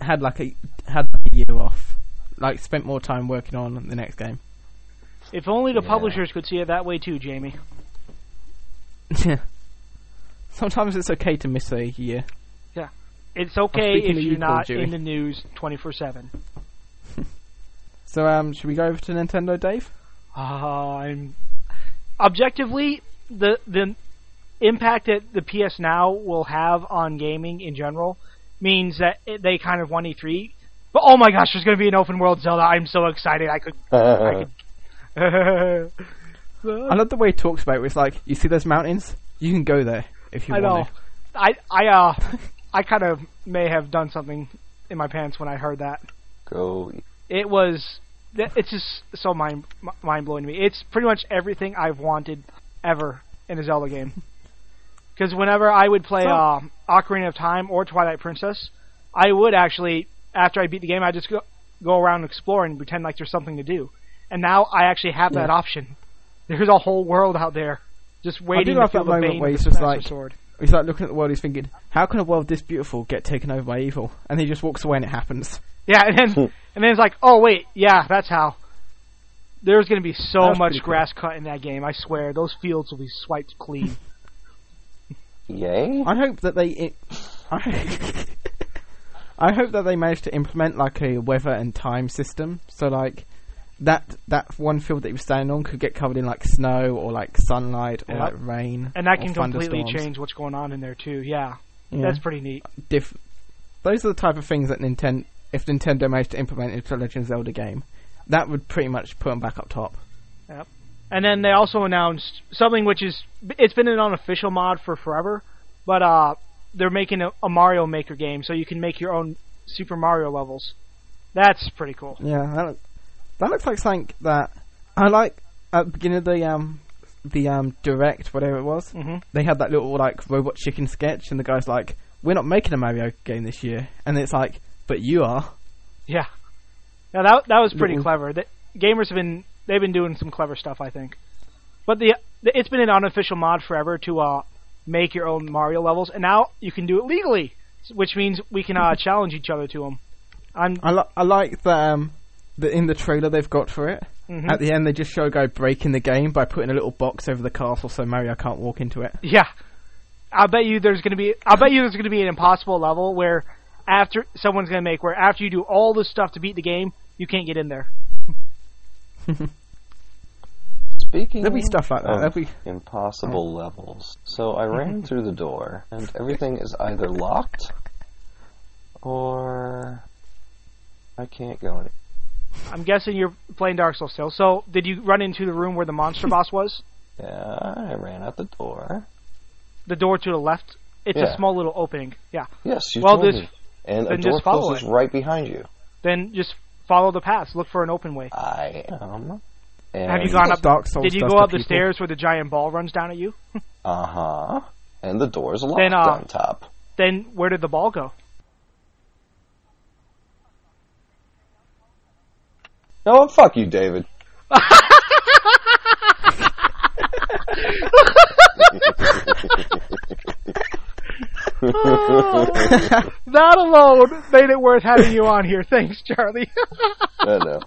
B: had like a had a year off, like spent more time working on the next game. (laughs)
A: If only the
C: Yeah.
A: publishers could see it that way too, Jamie.
B: Yeah. Sometimes it's okay to miss a year.
A: It's okay
B: speaking
A: if
B: to
A: you're
B: you, Paul
A: not
B: Dewey.
A: in the news 24 7.
B: So um, should we go over to Nintendo, Dave?
A: Ah, I'm objectively the the impact that the PS Now will have on gaming in general means that it, they kind of won E3. But oh my gosh, there's going to be an open world Zelda. I'm so excited. I
B: (laughs)
A: could I could
B: I love the way he talks about it. It's like you see those mountains, you can go there if you
A: I know.
B: want.
A: I I uh I kind of may have done something in my pants when I heard that.
C: Go.
A: it was th- it's just so mind mind blowing to me. It's pretty much everything I've wanted ever in a Zelda game. (laughs) Because whenever I would play
B: So-
A: uh, Ocarina of Time or Twilight Princess, I would actually after I beat the game, I just go go around exploring and pretend like there's something to do. And now I actually have that
B: Yeah.
A: option. There's a whole world out there just waiting to
B: love
A: feel
B: that
A: the
B: moment
A: bane
B: where
A: with
B: he's
A: the
B: just
A: master
B: like-
A: sword.
B: It. He's like looking at the world. He's thinking, how can a world this beautiful get taken over by evil? And he just walks away, and it happens.
A: Yeah, and then
B: Hmm.
A: and then it's like, oh wait, yeah, that's how. There's going to be so
B: That's
A: much
B: pretty cool.
A: grass cut in that game. I swear, those fields will be swiped clean.
C: Yay!
B: I hope that they. It, I, (laughs) I hope that they manage to implement like a weather and time system. So like that that one field that you were standing on could get covered in like snow or like sunlight or
A: Yeah.
B: like rain.
A: and that
B: or
A: can completely
B: thunderstorms.
A: change what's going on in there too. Yeah,
B: Yeah.
A: that's pretty neat.
B: Diff- Those are the type of things that Nintendo, if Nintendo managed to implement into a Legend of Zelda game, that would pretty much put them back up top.
A: And then they also announced something which is it's been an unofficial mod for forever, but uh, they're making a, a Mario Maker game, so you can make your own Super Mario levels. That's pretty cool.
B: Yeah, that, look, that looks like something that I like at the beginning of the um the um direct whatever it was.
A: hmm
B: They had that little like robot chicken sketch, and the guy's like, "We're not making a Mario game this year," and it's like, "But you are."
A: Yeah. Now that that was pretty
B: Mhm.
A: clever. The, gamers have been they've been doing some clever stuff, I think. But the, the it's been an unofficial mod forever to uh, make your own Mario levels, and now you can do it legally, which means we can
B: Mm-hmm.
A: uh, challenge each other to them. I'm
B: I li- I like that um that in the trailer they've got for it.
A: mhm.
B: Uh, At the end, they just show a guy breaking the game by putting a little box over the castle so Mario can't walk into it.
A: Yeah. I bet you there's gonna be I bet you there's gonna be an impossible level where after someone's gonna make where after you do all this stuff to beat the game, you can't get in there.
C: Speaking
B: There'll be stuff like that.
C: of
B: There'll be
C: impossible levels. So
A: (laughs)
C: I ran through the door, and everything is either locked or I can't go in.
A: I'm guessing you're playing Dark Souls still. So did you run into the room where the
B: (laughs)
A: monster boss was?
C: Yeah, I ran out the door.
A: the door to the left. It's
C: Yeah.
A: a small little opening. Yeah.
C: Yes, you
A: Well,
C: told
A: this-
C: me. And a
A: then
C: door
A: just follow
C: closes
A: it.
C: right behind you.
A: Then just follow the path. Look for an open way.
C: I am. And
A: Have you gone up?
B: Dark Souls.
A: Did you
B: does
A: go
B: to
A: up the
B: people.
A: stairs where the giant ball runs down at you?
C: Uh huh. And the door's locked
A: Then, uh,
C: on top.
A: Then where did the ball go?
C: No, fuck you, David.
A: That alone made it worth having you on here. Thanks, Charlie.
C: I know.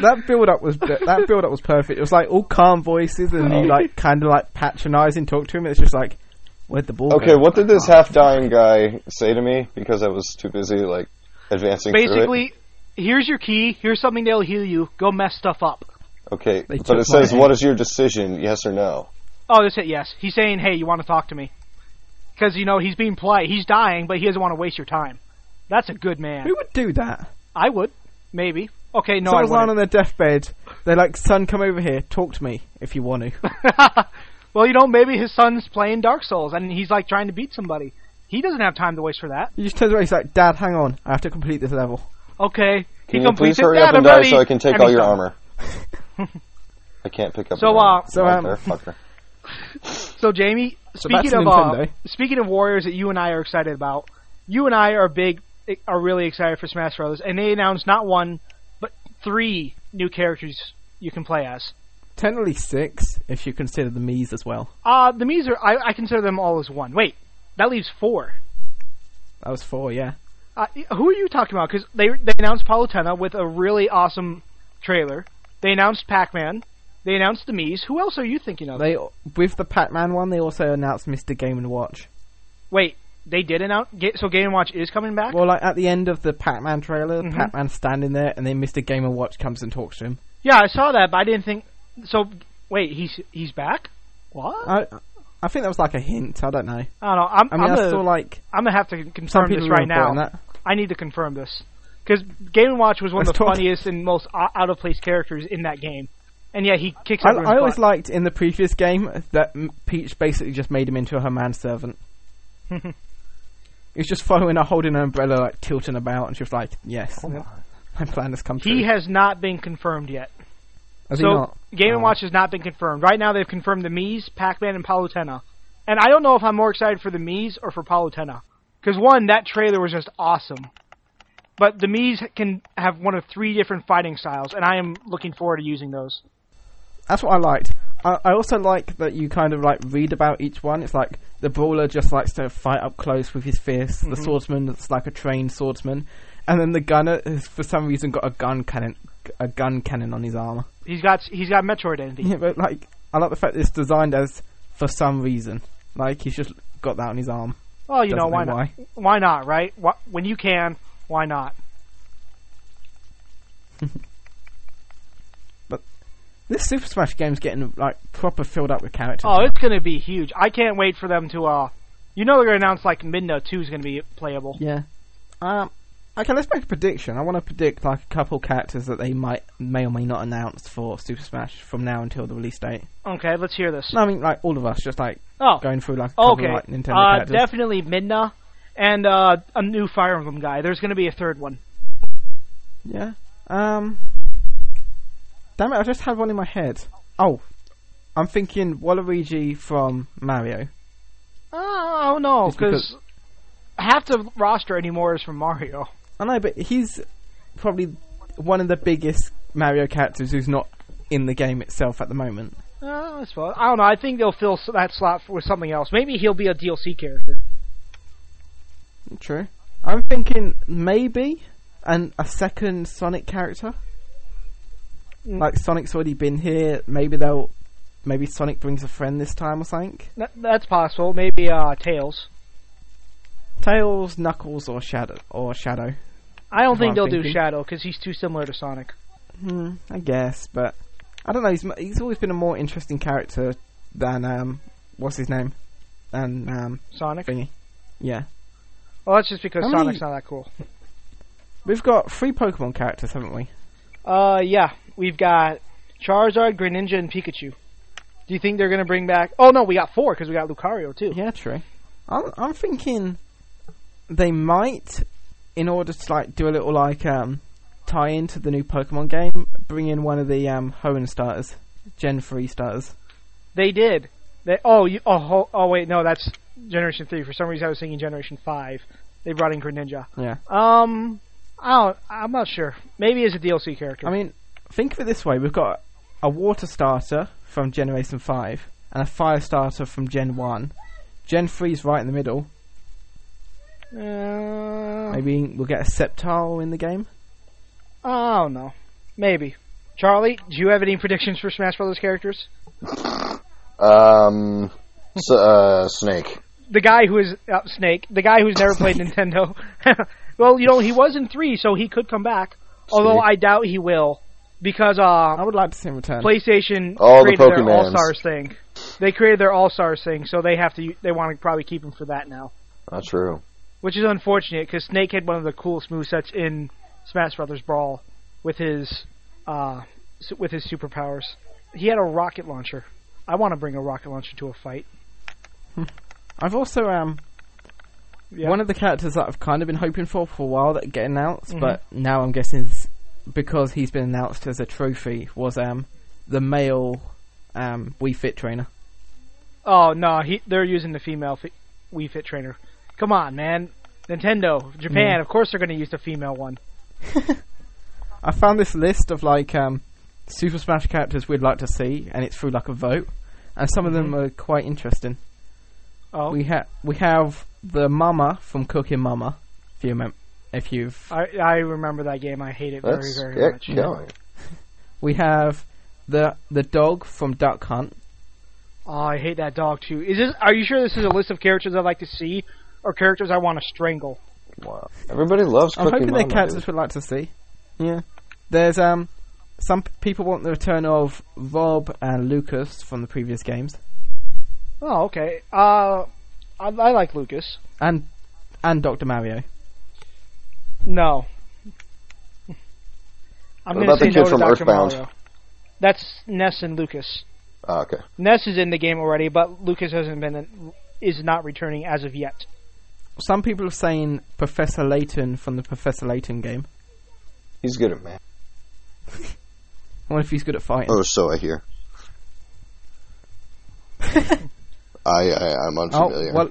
B: That build up was that build up was perfect. It was like all calm voices and you like kind of like patronising talk to him. It's just like where'd the ball
C: Okay,
B: go?
C: what did this half dying guy say to me? Because I was too busy, like, advancing through it?
A: (laughs) Basically, here's your key. Here's something that'll heal you. Go mess stuff up.
C: Okay,
B: They
C: but
B: took
C: it says,
B: my-
C: "What is your decision? Yes or no?"
A: Oh, that's it. Yes, he's saying, "Hey, you want to talk to me?" Because you know he's being polite. He's dying, but he doesn't want to waste your time. That's a good man.
B: Who would do that?
A: I would, maybe. Okay, no, I
B: Someone's lying
A: wouldn't.
B: on their deathbed. They're like, "Son, come over here. Talk to me if you want to." (laughs)
A: (laughs) well, you know, maybe his son's playing Dark Souls and he's like trying to beat somebody. He doesn't have time to waste for that.
B: he just turns around. He's like, "Dad, hang on. I have to complete this level."
A: Okay.
C: Can
A: he
C: you please
A: completes it.
C: hurry
A: Yeah,
C: up and
A: I'm
C: die
A: ready.
C: so I can take
A: And
C: all
A: he's
C: your
A: done. (laughs)
C: armor? I can't pick up.
A: So,
C: your armor.
A: uh,
B: So, um,
C: motherfucker.
A: So Jamie,
B: that's
A: speaking of uh,
B: Nintendo.
A: speaking of warriors that you and I are excited about, you and I are big are really excited for Smash Bros. And they announced not one but three new characters you can play as.
B: Technically six, if you consider the Mii's as well.
A: Uh the Mii's are I, I consider them all as one. Wait, that leaves four.
B: That was four, yeah.
A: Uh, who are you talking about? Because they they announced Palutena with a really awesome trailer. They announced Pac-Man. They announced the Mii's. Who else are you thinking of?
B: They with the Pac-Man one, they also announced Mr. Game and Watch.
A: Wait, they did announce. Ga- So Game Watch is coming back.
B: Well, like at the end of the Pac-Man trailer,
A: Mhm.
B: Pac-Man's standing there, and then Mr. Game and Watch comes and talks to him.
A: yeah, I saw that, but I didn't think. So wait, he's he's back. What?
B: I, I think that was like a hint. I don't know.
A: I don't know. I'm
B: I mean,
A: I'm,
B: I
A: gonna,
B: saw like
A: I'm gonna have to
B: some
A: confirm
B: people
A: this
B: were
A: right now.
B: reporting that.
A: I need to confirm this because Game Watch was one of
B: Let's
A: the
B: talk-
A: funniest and most out of place characters in that game, and yeah, he kicks.
B: I,
A: everyone's
B: I always
A: butt.
B: liked in the previous game that M- Peach basically just made him into
A: (laughs)
B: her manservant. he was just following her, holding her umbrella, like tilting about, and she was like, "Yes, (laughs) my plan has come true."
A: Oh he has not been confirmed yet.
B: has
A: so
B: he not?
A: Game
B: Oh.
A: and Watch has not been confirmed. Right now, they've confirmed the Mii's, Pac-Man, and Palutena. And I don't know if I'm more excited for the Mii's or for Palutena, because one, that trailer was just awesome. But the Mii's can have one of three different fighting styles, and I am looking forward to using those.
B: That's what I liked. I, I also like that you kind of like read about each one. It's like the brawler just likes to fight up close with his fists.
A: Mm-hmm.
B: The swordsman is like a trained swordsman, and then the gunner has for some reason got a gun cannon, a gun cannon on his armor. (laughs)
A: He's got he's got Metroid identity.
B: Yeah, but like I like the fact that it's designed as for some reason. Like he's just got that on his arm.
A: Well, Oh, you
B: Doesn't
A: know why
B: know
A: not?
B: why.
A: Why not? Right? Wh- When you can, why not?
B: This Super Smash game's getting like proper filled up with characters.
A: Oh,
B: now.
A: it's gonna be huge. I can't wait for them to uh, you know they're gonna announce like Midna Two is gonna be playable.
B: yeah. Um. Okay, let's make a prediction. I want to predict like a couple characters that they might may or may not announce for Super Smash from now until the release date.
A: Okay, let's hear this.
B: No, I mean like all of us, just like
A: Oh,
B: going through like a couple
A: Okay.
B: like Nintendo
A: uh,
B: characters.
A: definitely Midna and uh, a new Fire Emblem guy. There's going to be a third one.
B: Yeah. Um. Damn it! I just had one in my head. Oh, I'm thinking Waluigi from Mario.
A: Oh, I don't know
B: Just
A: because half the roster anymore is from Mario.
B: I know, but he's probably one of the biggest Mario characters who's not in the game itself at the moment.
A: Uh, I suppose. I don't know. I think they'll fill s- that slot for, with something else. Maybe he'll be a DLC character.
B: True. I'm thinking maybe an a second Sonic character.
A: Mm.
B: Like Sonic's already been here. Maybe they'll. Maybe Sonic brings a friend this time or something.
A: That, that's possible. Maybe uh, Tails.
B: Tails, Knuckles, or Shadow, or Shadow.
A: I don't
B: That's
A: think
B: what
A: they'll
B: I'm
A: do
B: thinking.
A: Shadow because he's too similar to Sonic.
B: Hmm, I guess, but I don't know. He's mu- he's always been a more interesting character than um, what's his name, and um,
A: Sonic.
B: thingy. Yeah,
A: Well, that's just because
B: How many-
A: Sonic's not that cool.
B: we've got three Pokemon characters, haven't we?
A: Uh, yeah, we've got Charizard, Greninja, and Pikachu. Do you think they're gonna bring back? Oh no, we got four because we got Lucario too.
B: Yeah, true. I'm I'm thinking they might, in order to like do a little like um, tie into the new Pokemon game, bring in one of the um, Hoenn starters, Gen three starters.
A: They did. They oh you, oh ho- oh wait no that's Generation Three. For some reason I was thinking Generation Five. They brought in Greninja.
B: Yeah.
A: Um, I don't. I'm not sure. Maybe as a DLC character.
B: I mean, think of it this way: we've got a water starter from Generation Five and a fire starter from Gen One. Gen Three's right in the middle.
A: uh,
B: Maybe we'll get a Sceptile in the game.
A: I don't know. Maybe. Charlie, do you have any predictions for Smash Brothers characters?
C: Um, s- uh, Snake.
A: The guy who is uh, Snake, the guy who's never
B: (laughs)
A: played Nintendo. (laughs) well, you know he was in three, so he could come back. Although I doubt he will, because uh,
B: I would like to see him return.
A: PlayStation
C: All the
A: created their
C: Pokemans.
A: All Stars thing. They created their All Stars thing, so they have to. They want to probably keep him for that now,
C: Not true.
A: which is unfortunate because Snake had one of the coolest movesets in Smash Brothers Brawl with his uh, su- with his superpowers. He had a rocket launcher. I want to bring a rocket launcher to a fight.
B: I've also um
A: Yeah.
B: one of the characters that I've kind of been hoping for for a while that get announced,
A: Mhm.
B: but now I'm guessing it's because he's been announced as a trophy was um the male um Wii Fit trainer.
A: Oh no, he, they're using the female fi- Wii Fit trainer. Come on, man. Nintendo,
B: Mm.
A: Japan, of course they're going to use the female one.
B: I found this list of like um, Super Smash characters we'd like to see, and it's through like a vote, and some of them are quite interesting.
A: Mm-hmm. Oh,
B: We have we have the Mama from Cooking Mama, if you remember. If you've
A: I, I remember that game. I hate it very,
C: Let's
A: very
C: get
A: much.
C: going.
B: we have the the dog from Duck Hunt.
A: Oh, I hate that dog too. Is this? Are you sure this is a list of characters I'd like to see, or characters I want to strangle?
C: Wow. Everybody loves
B: I'm
C: Cookie
B: hoping
C: Mama.
B: they're characters
C: dude.
B: we'd like to see. Yeah, there's um some p- people want the return of Rob and Lucas from the previous games,
A: Oh, okay. Uh, I, I like Lucas.
B: and and Doctor Mario.
A: No. (laughs) I'm
C: What
A: gonna
C: about the
A: say
C: kid
A: no to
C: from
A: Dr.
C: Earthbound?
A: Mario. That's Ness and Lucas.
C: Ah, okay.
A: Ness is in the game already, but Lucas hasn't been in, is not returning as of yet.
B: Some people are saying Professor Layton from the Professor Layton game.
C: He's good at math.
B: I wonder if he's good at fighting.
C: Oh, so I hear. I, I I'm unfamiliar.
B: Oh,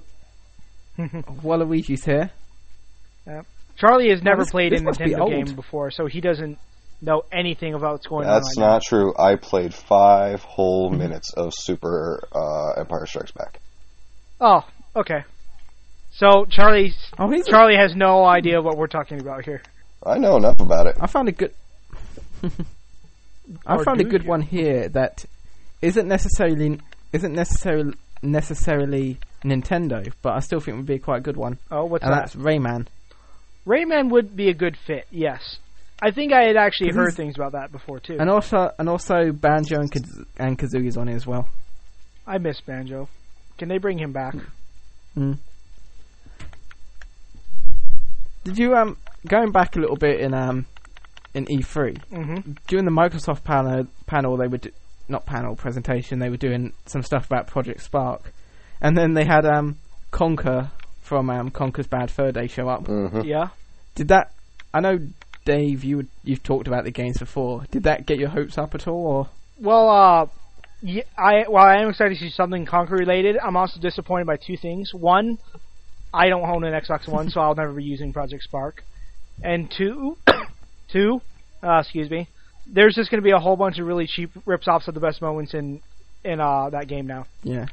B: well, (laughs) Waluigi's here.
A: Charlie has never
B: this-
A: played
B: this
A: a
B: must be
A: Nintendo
B: old.
A: game before, so he doesn't know anything about what's going
C: That's
A: on. right
C: not true. I played five whole minutes of Super uh, Empire Strikes Back.
A: now. Oh, okay. So Charlie,
B: Oh, he's.
A: Charlie has no idea what we're talking about here.
C: I know enough about it.
B: I found a good. (laughs) I
A: Or
B: found a
A: do
B: good
A: you?
B: one here that isn't necessarily isn't necessarily necessarily Nintendo, but I still think would be quite a good one,
A: Oh, what's
B: and
A: that?
B: Uh, that's Rayman.
A: Rayman would be a good fit, yes. I think I had actually
B: This
A: heard
B: is-
A: things about that before too.
B: And also, and also Banjo and, Kaz- and Kazooie's on it as well.
A: I miss Banjo. Can they bring him back?
B: Did you um going back a little bit in um in E3
A: Mm-hmm.
B: during the Microsoft panel panel they were do, not panel presentation they were doing some stuff about Project Spark, and then they had um Conker from um Conker's Bad Fur Day show up.
C: hmm
A: Yeah.
B: Did that? I know Dave, you would, you've talked about the games before. Did that get your hopes up at all? Or
A: Well, uh, yeah, I while I am excited to see something Conquer related, I'm also disappointed by two things. One, I don't own an Xbox One, so I'll never be using Project Spark. And two, (coughs) two, uh, excuse me, there's just going to be a whole bunch of really cheap rips-offs of the best moments in in uh, that game now.
B: yeah,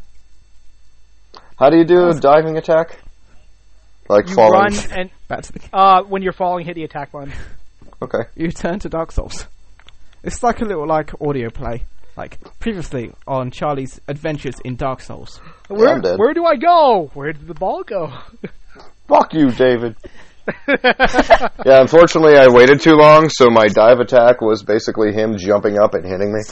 C: How do you do a diving attack? Like
A: You run
C: falling.
A: and
B: back to the
A: uh, when you're falling, hit the attack button.
C: (laughs) Okay.
B: you turn to Dark Souls. It's like a little like audio play, like previously on Charlie's Adventures in Dark Souls.
C: Yeah,
A: Where
C: I'm dead.
A: where do I go? Where did the ball
C: (laughs)
A: go?
C: Fuck you, David. yeah, unfortunately, I waited too long, so my dive attack was basically him jumping up and hitting me.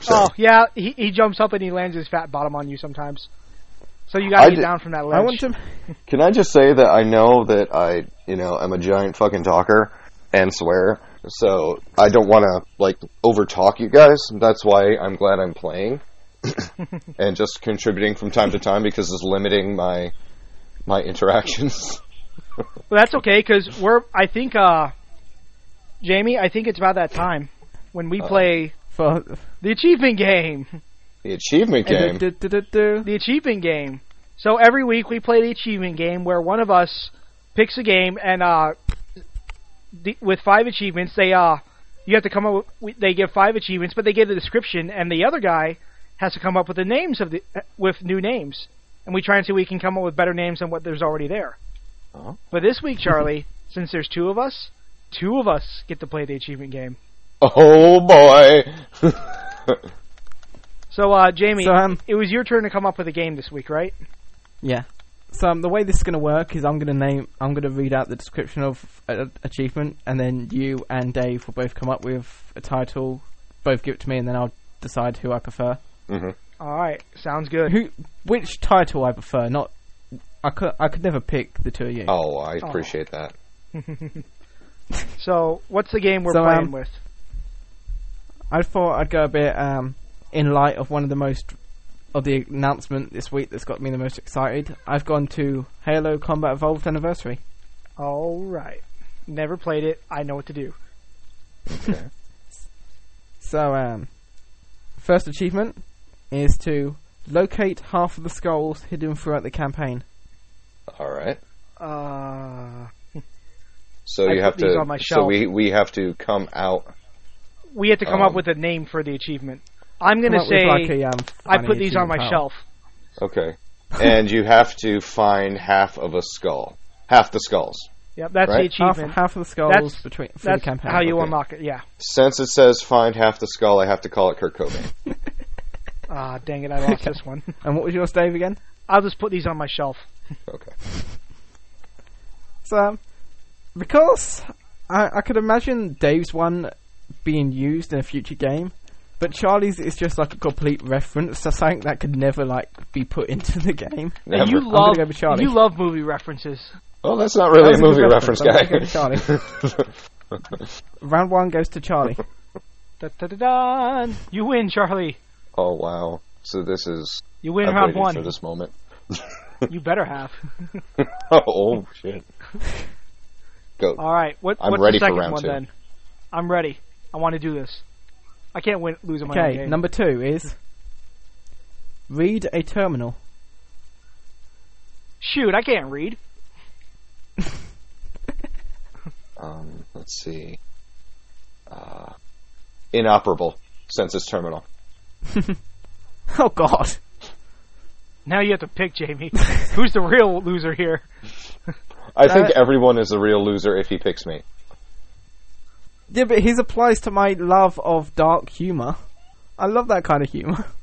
C: So,
A: Oh yeah, he, he jumps up and he lands his fat bottom on you sometimes. So you gotta
C: I
A: get
C: did-
A: down from that ledge.
B: I want to.
C: can I just say that I know that I, you know, am a giant fucking talker and swear, so I don't want to like overtalk you guys. That's why I'm glad
A: (laughs)
C: I'm playing and just contributing from time to time because it's limiting my my interactions. (laughs)
A: Well, that's okay because we're. I think, uh, Jamie, I think it's about that time when
C: Uh.
A: we play
B: For
A: the achievement game.
C: the achievement game.
B: Du- du- du- du- du.
A: The achievement game. So every week we play the achievement game where one of us picks a game and uh, the, with five achievements they uh, you have to come up. With, they give five achievements, but they give the description, and the other guy has to come up with the names of the uh, with new names, and we try and see if we can come up with better names than what there's already there.
C: Oh.
A: But this week, Charlie, (laughs) since there's two of us, two of us get to play the achievement game.
C: Oh boy. (laughs)
A: So, uh, Jamie,
B: So, um,
A: it was your turn to come up with a game this week, right?
B: Yeah. So um, the way this is going to work is I'm going to name, I'm going to read out the description of uh, achievement, and then you and Dave will both come up with a title, both give it to me, and then I'll decide who I prefer,
C: Mm-hmm.
A: All right, sounds
B: (laughs)
A: good.
B: who, which title I prefer. Not, I could, I could never pick the two of you.
C: oh, I appreciate that.
A: So, what's the game we're
B: So,
A: playing
B: um,
A: with?
B: I thought I'd go a bit um, in light of one of the most of the announcement this week that's got me the most excited. I've gone to Halo Combat Evolved Anniversary.
A: All right, never played it. I know what to do.
B: So, um, first achievement is to locate half of the skulls hidden throughout the campaign.
C: All right.
A: Uh,
C: So
A: I
C: you
A: put
C: have
A: these
C: to.
A: on my
C: so
A: shelf.
C: we we have to come out.
A: we have to come up
C: Um,
A: with a name for the achievement. I'm
B: Come
A: gonna
B: up with,
A: say
B: like, a, um,
A: I
B: funny
A: put these on my
B: achievement title.
A: shelf.
C: Okay. and you have to find half of a skull, half the skulls.
A: Yep, that's
C: Right.
A: the achievement.
B: Half, half of the skulls
A: that's
B: between through
A: that's
B: the Oh, campaign.
A: how you
C: okay.
A: unlock it. Yeah.
C: Since it says find half the skull, I have to call it Kurt Cobain.
A: Ah, dang it! I lost
B: (laughs)
A: this one.
B: and what was yours, Dave? Again?
A: I'll just put these on my shelf.
C: Okay.
B: So, um, because I, I could imagine Dave's one being used in a future game, but Charlie's is just like a complete reference to something that could never like be put (laughs) into the game.
A: And
C: Never.
A: you
B: gonna
A: love
B: go with Charlie.
A: you love movie references.
C: oh, that's not really
B: That was
C: a
B: a
C: movie
B: good
C: reference,
B: reference.
C: guy.
B: That was Round one goes to Charlie.
A: Da, da, da, da. You win, Charlie.
C: (laughs) oh wow. So this is.
A: You win
C: I've
A: round
C: waited
A: one.
C: for this moment. (laughs)
A: You better have.
C: oh shit. Go.
A: All right. What,
C: I'm
A: what's
C: ready
A: the
C: for
A: second
C: round
A: one
C: two.
A: then? I'm ready. I want to do this. I can't win losing (laughs) my own
B: Okay,
A: game.
B: number two is read
A: (laughs)
B: a terminal.
A: Shoot, I can't read.
C: Um, let's see. Uh, inoperable. Census terminal.
B: Oh God!
A: Now you have to pick Jamie. (laughs) Who's the real loser here?
C: I think
B: That-
C: everyone is a real loser if he picks me.
B: Yeah, but his applies to my love of dark humor. I love that kind of humor. (laughs)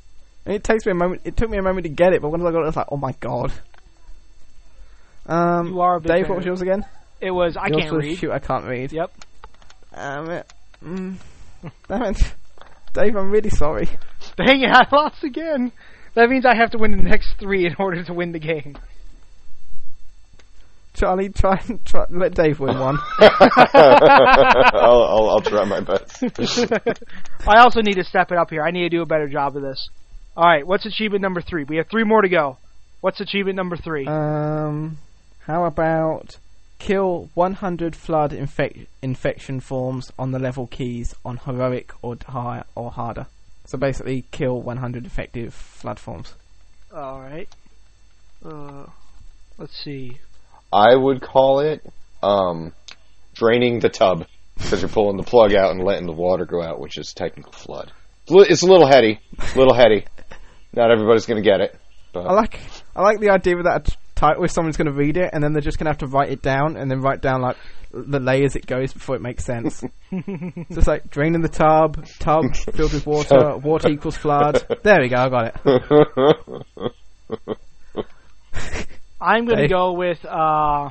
B: And it takes me a moment. It took me a moment to get it, but once I got it, I was like, "Oh my God!" Um,
A: You are a big
B: Dave.
A: fan
B: What was
A: of-
B: yours again?
A: It was I
B: Yours
A: can't
B: was,
A: read.
B: Shoot, I can't read.
A: Yep.
B: Um, it- mm, damn it, Dave. I'm really sorry.
A: Dang it, I lost again. That means I have to win the next three in (laughs) order to win the game.
B: Charlie, try and try, let Dave win (laughs) one.
C: I'll, I'll, I'll try my best.
A: I also need to step it up here. I need to do a better job of this. All right, what's achievement number three?
B: Uh,
A: We have three more to go. What's achievement number three?
B: Um, how about Kill 100 flood infec- infection forms on the level keys on heroic or higher or harder. So basically, kill 100 effective flood forms.
A: All right. Uh, let's see.
C: I would call it um, draining the tub because you're pulling the plug out and letting the water go out, which is technical flood. It's a li- It's a little heady, little heady. Not everybody's gonna get it, but
B: I like I like the idea of that title where someone's going to read it and then they're just going to have to write it down and then write down like the layers it goes before it makes
C: (laughs)
B: sense. so it's like drain in the tub, tub filled with water, water equals flood. There we go, I got
C: (laughs)
B: it.
A: I'm gonna
B: Hey.
A: go with uh,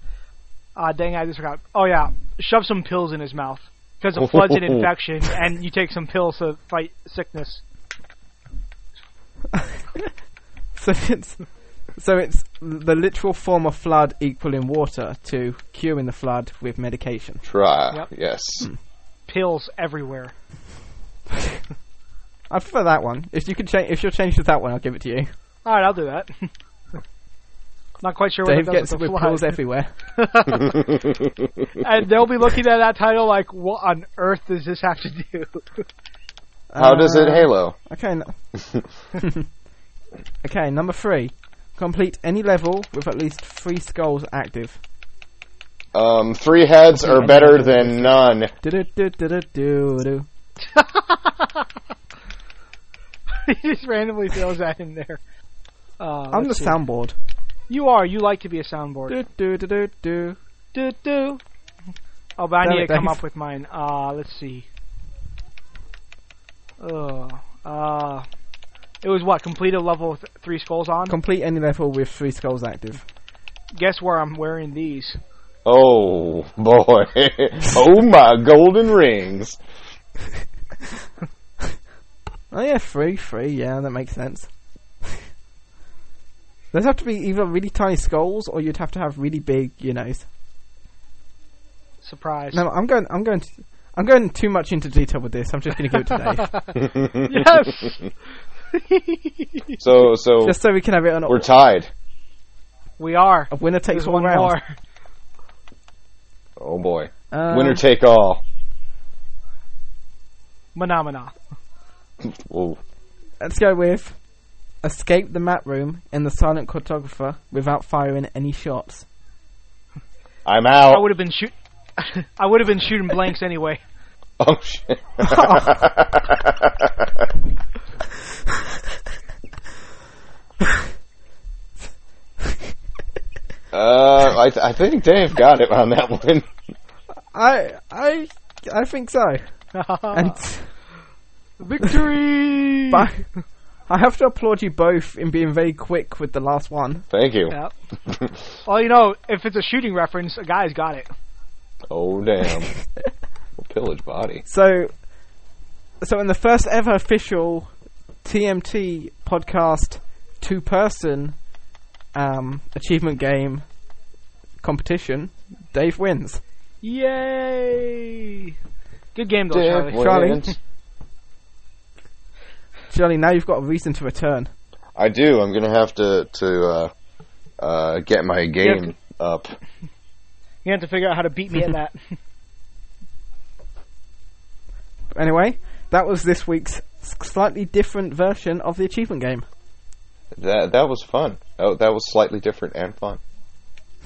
A: (laughs) uh, dang, I just forgot. Oh yeah, shove some pills in his mouth because it floods
B: (laughs)
A: an infection, and you take some pills to fight sickness.
B: So it's so it's the literal form of flood equaling water to curing the flood with medication.
C: try.
A: Yep.
C: Yes,
A: Pills everywhere.
B: I prefer that one. If you could change, if you'll change to that one, I'll give it to you.
A: All right, I'll do that. (laughs) Not quite sure what
B: Dave
A: it does
B: gets it
A: with
B: with
A: the
B: pills
A: flood.
B: everywhere.
A: and they'll be looking at that title like, what on earth does this have to do? (laughs)
C: how does it
B: Uh,
C: halo?
B: Okay.
C: (laughs)
B: n- (laughs) okay, number three. Complete any level with at least three skulls active.
C: Um, three heads are better than none.
B: Do-do-do-do-do-do.
A: he just randomly throws that in there. Uh,
B: I'm the
A: let's see.
B: soundboard.
A: You are. You like to be a soundboard.
B: Do-do-do-do-do.
A: do do. Oh, but I
B: Damn
A: need
B: it,
A: to come
B: Dave.
A: up with mine. Uh, let's see. Ugh. Uh, it was what? Complete a level with three skulls on?
B: Complete any level with three skulls active.
A: Guess where I'm wearing these?
C: Oh boy! (laughs) oh my golden rings! (laughs)
B: Oh yeah, three, three. Yeah, that makes sense. (laughs) Those have to be either really tiny skulls, or you'd have to have really big, you know.
A: Surprise.
B: No, I'm going. I'm going. To, I'm going too much into detail with this. I'm just going to give it
C: (laughs)
B: to Dave,
A: (laughs) Yes! (laughs)
C: So so
B: just so we can have it on.
C: we're tied.
A: we are.
B: a winner takes
A: There's
B: all
A: one
B: round.
A: more.
C: Oh boy!
B: Um,
C: Winner take all.
A: Phenomena.
C: Whoa.
B: Let's go with escape the map room in the silent cartographer without firing any shots.
C: I'm
A: I
C: out.
A: would have been shoot. (laughs) I would have been shooting blanks anyway. (laughs)
C: Oh shit! uh, I, th- I think Dave got it on that one.
B: I I I think so. (laughs) And (laughs)
A: Victory!
B: but I have to applaud you both in being very quick with the last one.
C: Thank you.
A: Yep. Well, you know, if it's a shooting reference, a guy's got it.
C: (laughs) Oh damn! Pillage body.
B: So so in the first ever official TMT podcast two person um, achievement game competition, Dave wins.
A: Yay! Good game though,
C: Dave
A: Charlie.
B: Charlie.
C: wins.
B: Shirley, now you've got a reason to return.
C: I do. I'm gonna have to to uh, uh, get my game up.
A: You have to figure out how to beat me at that.
B: Anyway, that was this week's slightly different version of the achievement game.
C: That that was fun. Oh, that was slightly different and fun.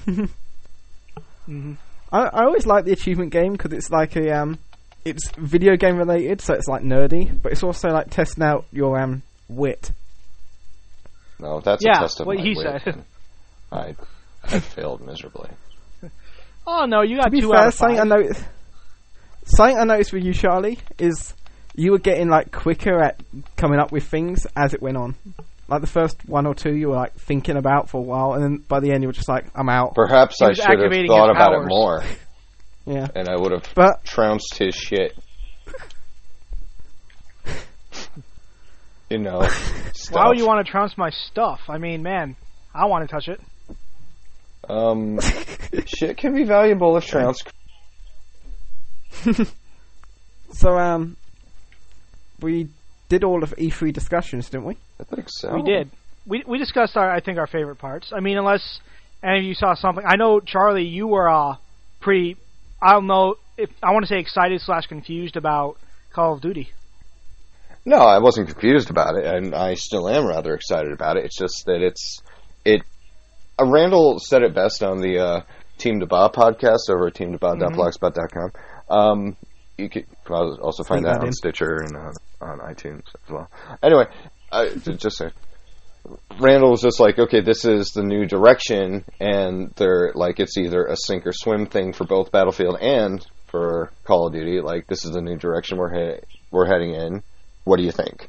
A: Mm-hmm.
B: I, I always like the achievement game because it's like a um, it's video game related, so it's like nerdy, but it's also like testing out your um wit.
C: No, that's a
A: Yeah,
C: test of
A: what
C: my
A: he
C: wit.
A: said.
C: I I failed miserably.
A: oh no, you got
B: To be
A: two out
B: fair,
A: of five.
B: something I noticed, something I noticed with you, Charlie, is you were getting like quicker at coming up with things as it went on. Like the first one or two, you were like thinking about for a while, and then by the end, you were just like, "I'm out."
C: Perhaps
A: He
C: I
A: was
C: should have
A: activating
C: thought
A: his
C: about it
A: powers.
C: more,
B: Yeah,
C: and I would have
B: but
C: trounced his shit. you know.
A: Why would you
C: stuff.
A: want to trounce my stuff? I mean, man, I want to touch it.
C: Um, shit can be valuable if trounced.
B: so um, we did all of E3 discussions, didn't we?
C: I think so.
A: We did. We we discussed our I think our favorite parts. I mean, unless and if you saw something, I know Charlie, you were uh, pretty. I don't know if I want to say excited slash confused about Call of Duty.
C: No, I wasn't confused about it, and I still am rather excited about it. It's just that it's it. Uh, Randall said it best on the uh, Team DeBa podcast over at teamdeba.blogspot.com. Um, you could probably also find
B: Send that
C: that on
B: in.
C: Stitcher and uh, on iTunes as well. Anyway, I, j- just a, Randall was just like, okay, this is the new direction, and they're like, it's either a sink or swim thing for both Battlefield and for Call of Duty. Like, this is the new direction we're he- we're heading in. What do you think?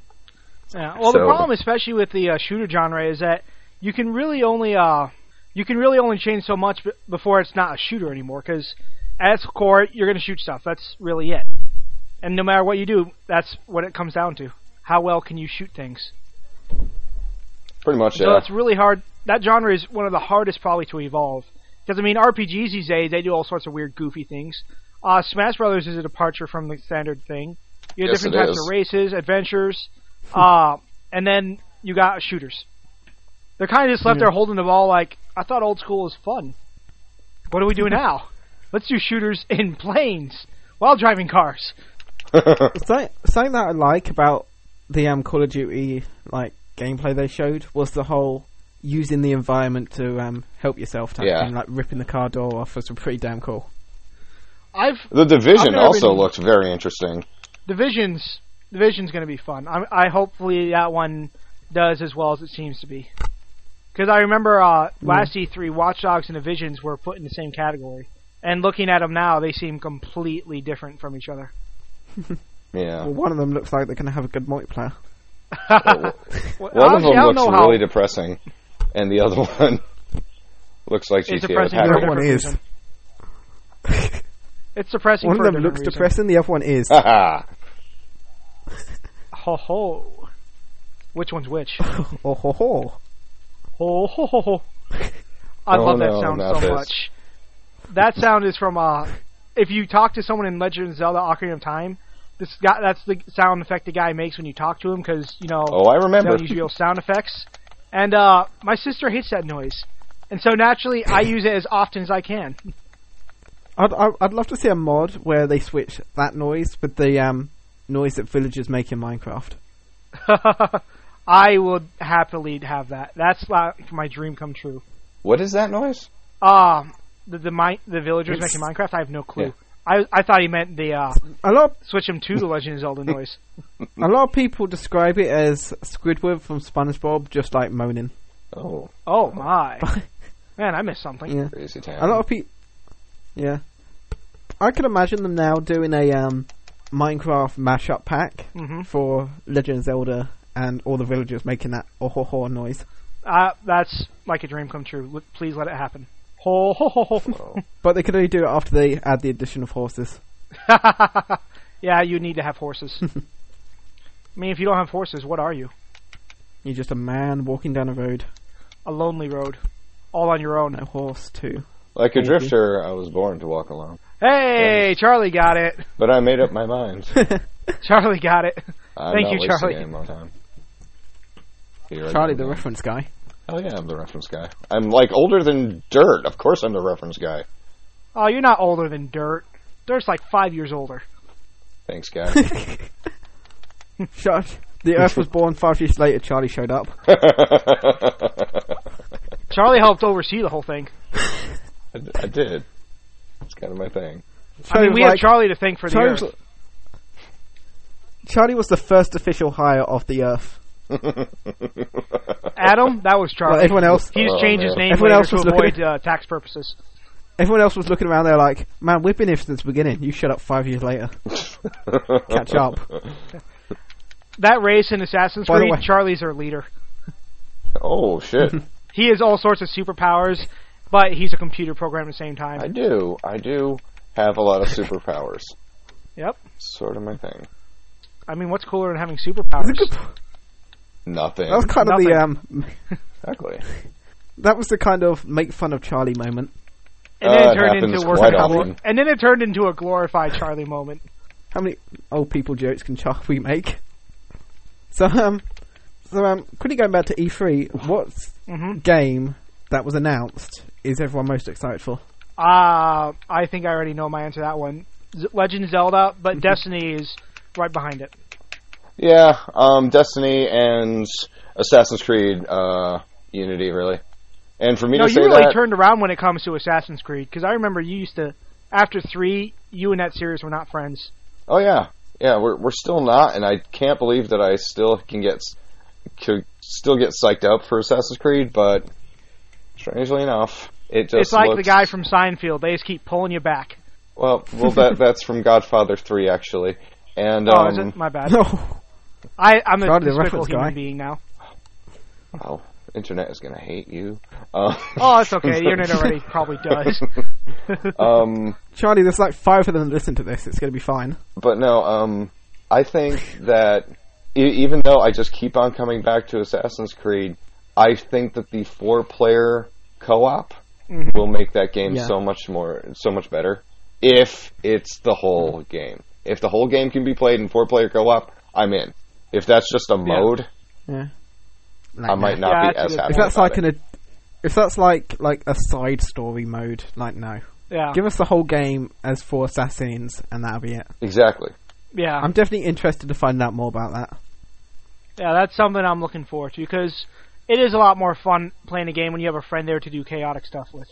A: Yeah. Well, the
C: So-
A: problem, especially with the uh, shooter genre, is that you can really only uh, you can really only change so much b- before it's not a shooter anymore. Because at its core, you're going to shoot stuff. That's really it. And no matter what you do, that's what it comes down to. How well can you shoot things?
C: Pretty much,
A: So
C: yeah.
A: that's really hard. That genre is one of the hardest probably to evolve. Because I mean, RPGs these days they do all sorts of weird, goofy things. Uh, Smash Brothers is a departure from the standard thing. You have
C: Yes,
A: different
C: it
A: types
C: is.
A: of races,
C: (laughs)
A: adventures, uh, and then you got shooters. They're kind of just left there holding the ball. Like I thought, old school was fun. What do we
C: (laughs)
A: do now? Let's do shooters in planes while driving cars.
B: So, something that I like about the um, Call of Duty like gameplay they showed was the whole using the environment to um, help yourself type
C: Yeah.
B: thing. Like ripping the car door off was pretty damn cool.
A: I've
C: the
A: I've
C: division
A: never
C: also
A: been-
C: looked very interesting.
A: Division's Division's going to be fun. I, I hopefully that one does as well as it seems to be. Because I remember
B: Mm.
A: uh, last E3, Watch Dogs and Divisions were put in the same category, and looking at them now, they seem completely different from each other.
C: Yeah.
A: (laughs)
B: Well, one of them looks like they're going to have a good multiplayer.
A: Well,
C: One
A: honestly, I don't
C: of them looks
A: know how
C: really depressing, and the other (laughs) one looks like
A: it's
C: GTA.
A: depressing.
C: had
A: for
B: That
A: a
C: it.
B: one
A: different
B: is.
A: reason. It's depressing.
B: One
A: for
B: of
A: a
B: them
A: different
B: looks
A: reason.
B: depressing, the other one
C: (laughs)
B: is. (laughs)
C: Ha
A: Ho
C: ha.
A: ho. Which one's which?
B: oh ho ho!
A: Ho ho ho ho. (laughs) I
C: Oh,
A: love that
C: no,
A: sound
C: not
A: so
C: this.
A: much. That sound is from uh if you talk to someone in Legend of Zelda Ocarina of Time, this guy that's the sound effect the guy makes when you talk to him cuz you know
C: Oh, I
A: they
C: remember.
A: don't use real sound effects. And uh my sister hates that noise. And so naturally
C: (coughs)
A: I use it as often as I can. (laughs)
B: I'd, I'd I'd love to see a mod where they switch that noise with the um, noise that villagers make in Minecraft.
A: I would happily have that. That's like my dream come true.
C: What is that noise?
A: Uh the the, mi- the villagers
B: It's-
A: making Minecraft, I have no clue.
C: Yeah.
A: I I thought he meant the uh
B: A lot
A: switch him
B: (laughs)
A: to the Legend of Zelda noise.
B: a lot of people describe it as Squidward from SpongeBob, just like moaning.
C: Oh,
A: Oh
B: (laughs)
A: my. Man, I missed something.
B: Yeah,
C: crazy town.
B: a lot of people. Yeah, I could imagine them now doing a um, Minecraft mashup pack
A: Mhm.
B: for Legend of Zelda and all the villagers making that oh ho ho noise.
A: Uh, that's like a dream come true. L- Please let it happen. Ho ho ho ho.
B: But they could only do it after they add the addition of horses.
A: (laughs) yeah, you need to have
B: (laughs)
A: horses. I mean, if you don't have horses, what are you?
B: You're just a man walking down a road,
A: A lonely road, all on your own.
B: no horse too.
C: like
B: Thank
C: a
B: you.
C: drifter, I was born to walk alone,
A: Hey, Charlie got
B: (laughs)
A: it.
C: but I made up my
A: (laughs)
C: mind.
A: Charlie got it.
C: I'm
A: Thank
C: not
A: you,
C: wasting
A: Charlie.
C: any more time. Here I
B: Charlie, the
C: go again.
B: reference guy.
C: Oh yeah, I'm the reference guy. I'm like older than dirt. Of course, I'm the reference guy.
A: Oh, you're not older than Dirt. Dirt's like five years older.
C: Thanks,
A: (laughs)
C: guy. (laughs)
B: Shut. The Earth was born five years later. Charlie showed up.
A: Charlie helped oversee the whole thing.
C: I, I did. It's kind of my thing.
A: I
C: (laughs)
B: Charlie
A: mean, we
B: was
A: have Charlie to thank for the
B: Charlie was,
A: earth.
B: Charlie was the first official hire of the Earth.
A: Adam, that was Charlie.
B: Well, everyone else,
A: he just
C: Oh,
A: changed
C: man.
A: his name
B: Everyone
A: later
B: else
A: to
B: was looking
A: avoid uh, tax purposes.
B: everyone else was looking around. They're like, "Man, we've been here since the beginning. You shut up five years later. Catch up."
A: That race in Assassin's
B: By the
A: Creed,
B: way-
A: Charlie's our leader.
C: Oh shit!
A: He has all sorts of superpowers, but he's a computer program at the same time.
C: I do. I do have a lot of superpowers.
A: (laughs) Yep.
C: Sort of my thing.
A: I mean, what's cooler than having superpowers?
C: Nothing.
B: That was kind of the um,
C: Exactly.
B: that was the kind of make fun of Charlie moment.
A: And then
C: Uh,
A: it
C: it
A: turned
C: happens
A: into we're
C: quite
A: gonna-
C: often.
A: and then it turned into a glorified Charlie moment.
B: How many old people jokes can Charlie make? So um, so um, quickly going back to E3, E what
A: Mhm.
B: game that was announced is everyone most excited for? (laughs)
A: Uh, I think I already know my answer to that one. Z- Legend of Zelda,
B: Mm-hmm.
A: but Destiny is right behind it.
C: Yeah, um, Destiny and Assassin's Creed uh, Unity, really. And for me
A: No,
C: to say
A: you really
C: that,
A: turned around when it comes to Assassin's Creed because I remember you used to after three, you and that series were not friends.
C: oh yeah, yeah, we're we're still not, and I can't believe that I still can get s- could still get psyched up for Assassin's Creed, but strangely enough, it just
A: it's like the
C: looks-
A: guy from Seinfeld; they just keep pulling you back.
C: Well, well, that that's from Godfather Three, actually, and
A: (laughs) Oh,
C: um,
A: is it? My bad.
B: No.
A: I, I'm a
B: Proud of the
A: despicable
B: reference
A: human
B: guy.
A: being now.
C: oh, internet is gonna hate you. Uh,
A: (laughs) Oh, it's okay. The internet already probably (laughs) does.
C: (laughs) um,
B: Charlie, there's like five of them that listen to this. It's going to be fine.
C: But no, um, I think that e- even though I just keep on coming back to Assassin's Creed, I think that the four-player co-op
A: Mm-hmm.
C: will make that game
B: Yeah.
C: so much more, so much better. If it's the whole
B: Mm-hmm.
C: game, if the whole game can be played in four-player co-op, I'm in. If that's just a mode,
B: Yeah.
C: I might not
A: Yeah,
C: be
A: that's
C: as
A: a good-
C: happy.
B: If that's
C: about
B: like
C: it.
B: an, ad- if that's like like a side story mode, like no,
A: yeah,
B: give us the whole game as four assassins, and that'll be it.
C: exactly,
A: yeah.
B: I'm definitely interested to find out more about that.
A: Yeah, that's something I'm looking forward to because it is a lot more fun playing a game when you have a friend there to do chaotic stuff with.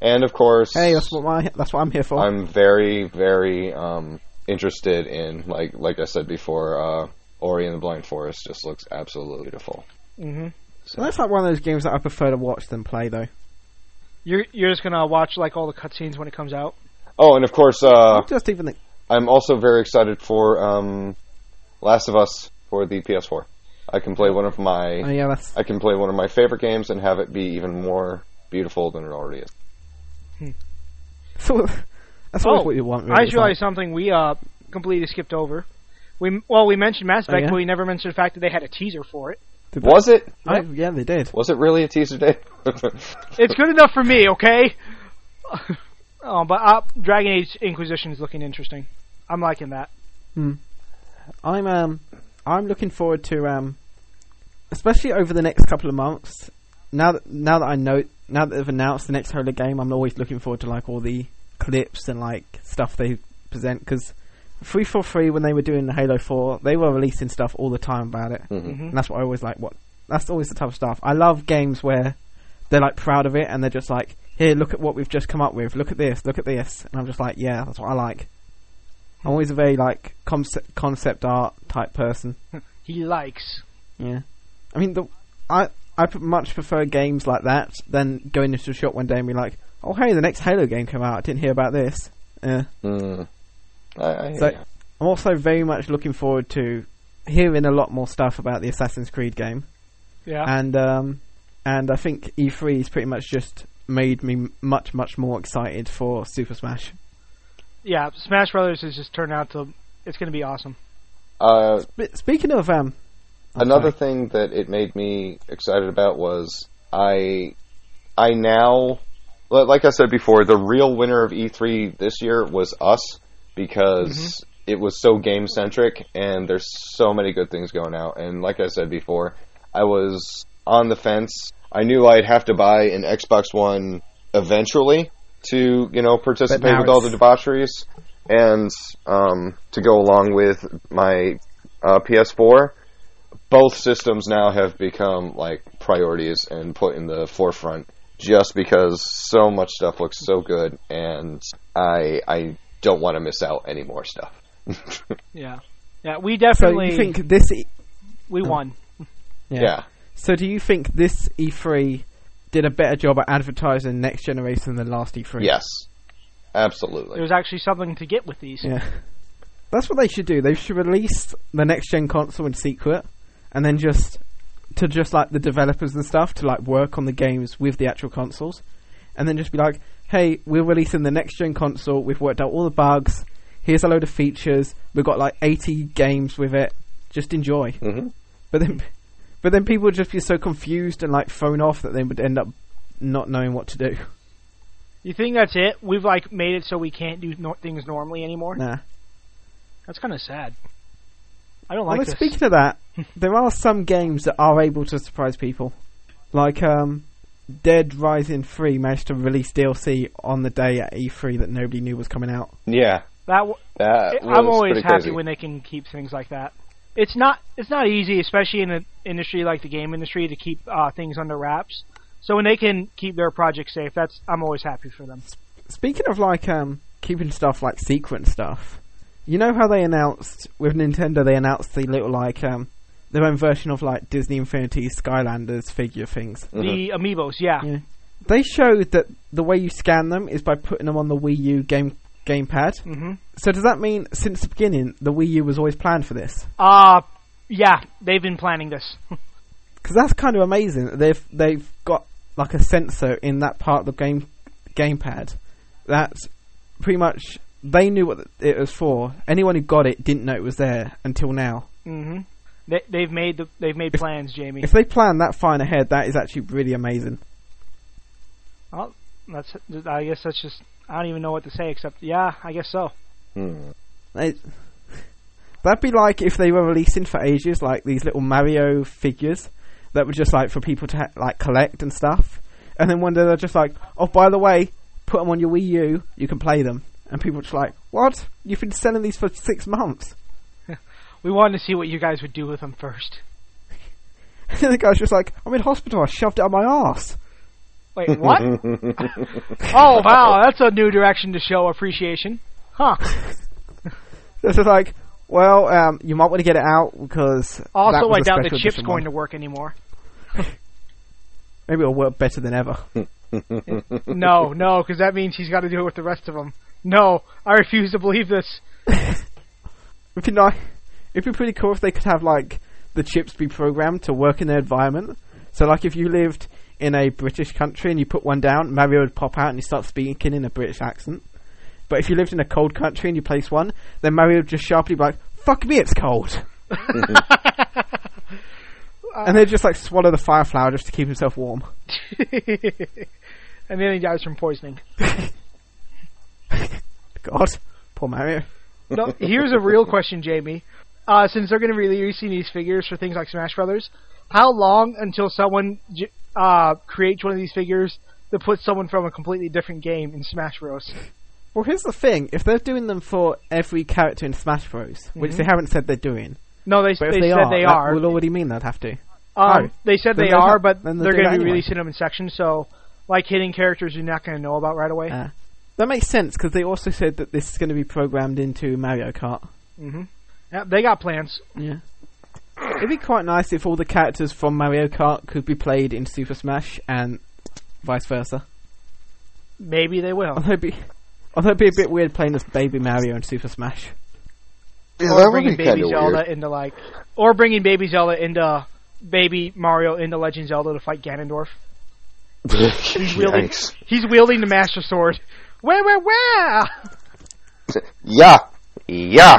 C: and of course,
B: Hey, that's what my that's what I'm here for.
C: I'm very, very um, interested in like like I said before. Uh, Ori and the Blind Forest just looks absolutely beautiful.
A: hmm
C: So,
B: that's like one of those games that I prefer to watch than play, though.
A: You're you're just gonna watch like all the cutscenes when it comes out.
C: oh, and of course, uh,
B: Just even the,
C: I'm also very excited for um, Last of Us for the PS4. I can play one of
B: oh
C: my
B: yeah, that's (laughs)
C: I can play one of my favorite games and have it be even more beautiful than it already is.
B: that's always, that's always
A: Oh,
B: what you want. Really.
A: I
B: It's
A: just realized something we uh completely skipped over. We well we mentioned Mass Effect,
B: yeah?
A: but we never mentioned the fact that they had a teaser for it.
B: like-
C: Was it?
B: Oh, yeah, they did.
C: Was it really a teaser day? (laughs)
A: It's good enough for me, okay? (laughs) oh, but uh, Dragon Age Inquisition is looking interesting. I'm liking that.
B: Hmm. I'm um I'm looking forward to um especially over the next couple of months. Now that now that I know now that they've announced the next Halo game, I'm always looking forward to like all the clips and like stuff they present because Free for Free when they were doing the Halo Four, they were releasing stuff all the time about it,
A: Mm-hmm.
C: Mhm.
B: and that's what I always like. What that's always the type of stuff I love games where they're like proud of it and they're just like, here, look at what we've just come up with, look at this, look at this, and I'm just like, yeah, that's what I like. I'm always a very like concept concept art type person.
A: He likes.
B: Yeah, I mean, the I I pr- much prefer games like that than going into a shop one day and be like, oh hey, the next Halo game came out. I didn't hear about this. Yeah.
C: Mm. I, I hear
B: So
C: ya.
B: I'm also very much looking forward to hearing a lot more stuff about the Assassin's Creed game,
A: Yeah.
B: and um, and I think E3 has pretty much just made me m- much much more excited for Super Smash.
A: yeah, Smash Brothers has just turned out to it's gonna be awesome.
C: Uh,
B: But speaking of um, I'm
C: Another
B: sorry.
C: thing that it made me excited about was I I now li- like I said before, the real winner of E3 this year was us because
B: Mm-hmm.
C: it was so game centric and there's so many good things going out. And like I said before, I was on the fence. I knew I'd have to buy an Xbox One eventually to, you know, participate
B: now
C: with all the
B: it's-
C: debaucheries and um, to go along with my uh, PS4 both systems now have become like priorities and put in the forefront just because so much stuff looks so good and I I don't want to miss out any more stuff. (laughs)
A: Yeah. Yeah, we
B: So
A: definitely
B: you think this? E-
A: we won.
C: yeah.
B: So do you think this E3 did a better job at advertising next generation than last E E3?
C: Yes. Absolutely.
A: There's actually something to get with these.
B: Yeah. That's what they should do. They should release the next gen console in secret, and then just to just like the developers and stuff to like work on the games with the actual consoles, and then just be like, "Hey, we're releasing the next gen console. We've worked out all the bugs. Here's a load of features. We've got like 80 games with it. Just enjoy." (laughs)
C: Mhm.
B: But then, but then people would just be so confused and like thrown off that they would end up not knowing what to do.
A: You think that's it? We've like made it so we can't do no- things normally anymore.
B: Nah.
A: That's kind of sad. I don't
B: Well,
A: like
B: then
A: this.
B: speaking of that, there are some games that are able to surprise people. Like, um, Dead Rising 3 managed to release DLC on the day at E3 that nobody knew was coming out.
C: Yeah,
A: That w-
C: that was
A: I'm always
C: Uh, pretty
A: happy
C: crazy.
A: when they can keep things like that. It's not it's not easy, especially in an industry like the game industry, to keep uh, things under wraps. So when they can keep their project safe, that's I'm always happy for them.
B: Speaking of like um, keeping stuff like secret and stuff, you know how they announced with Nintendo they announced the little like um, their own version of like Disney Infinity Skylanders figure things.
C: Mm-hmm.
A: The amiibos, yeah.
B: Yeah. They showed that the way you scan them is by putting them on the Wii U game gamepad.
A: hmm
B: So does that mean since the beginning the Wii U was always planned for this?
A: Uh yeah, they've been planning this.
B: Because that's kind of amazing. that They've they've got like a sensor in that part of the game gamepad that pretty much they knew what it was for. Anyone who got it didn't know it was there until now.
A: hmm They, they've made the, they've made plans, Jamie.
B: If they plan that fine ahead, that is actually really amazing.
A: Well, that's I guess that's just I don't even know what to say except yeah, I guess so.
C: Hmm.
B: It- that'd be like if they were releasing for ages, like these little Mario figures that were just like for people to ha- like collect and stuff. And then one day they're just like, oh, by the way, put them on your Wii U, you can play them. And people are just like, what? You've been selling these for six months. (laughs)
A: We wanted to see what you guys would do with them first.
B: And the guy's just like, I'm in hospital, I shoved it up my ass.
C: Mm-hmm.
A: Wait,
C: (laughs)
A: what? oh wow, that's a new direction to show appreciation, huh?
B: It's just like, well, um, you might want to get it out because.
A: Also, I doubt the chip's going to work anymore.
B: Maybe it'll work better than ever. (laughs)
A: No, no, because that means he's got to do it with the rest of them. No, I refuse to believe this. (laughs)
B: It'd be nice. It'd be pretty cool if they could have like the chips be programmed to work in their environment. So like if you lived in a British country and you put one down, Mario would pop out and he start speaking in a British accent. But if you lived in a cold country and you placed one, then Mario would just sharply be like, "Fuck me, it's cold," and they'd just like swallow the fire flower just to keep himself warm.
A: and then he dies from poisoning.
B: God, poor Mario. (laughs)
A: No, here's a real question, Jamie. Uh, since they're going to be releasing these figures for things like Smash Brothers, how long until someone j- uh, creates one of these figures that puts someone from a completely different game in Smash Bros?
B: Well, here's the thing: if they're doing them for every character in Smash Bros, which they haven't said they're doing,
A: No, they,
B: but if
A: they,
B: they
A: said
B: are,
A: they
B: that
A: are.
B: will already mean they'd have to.
A: Um,
B: Oh.
A: They said
B: Then
A: they
B: they'll
A: are,
B: have-
A: but
B: then
A: they're
B: they'll do
A: going
B: that
A: to be
B: anyway.
A: releasing them in sections, so like hitting characters you're not going to know about right away.
B: Uh, that makes sense because they also said that this is going to be programmed into Mario Kart.
A: Mm-hmm. Yeah, they got plans.
B: Yeah. It'd be quite nice if all the characters from Mario Kart could be played in Super Smash and vice versa.
A: Maybe they
B: (laughs)
A: will.
B: Although it'd be, although it'd be a bit weird playing as Baby Mario in Super Smash.
C: Yeah,
A: or
C: that would
A: bringing
C: be
A: Baby
C: kind of
A: Zelda
C: weird.
A: into like, or bringing Baby Zelda into Baby Mario into Legend Zelda to fight Ganondorf. wielding-
C: (laughs) Yikes.
A: He's wielding the Master Sword. (laughs) Where, where, where?
C: Yeah, yeah.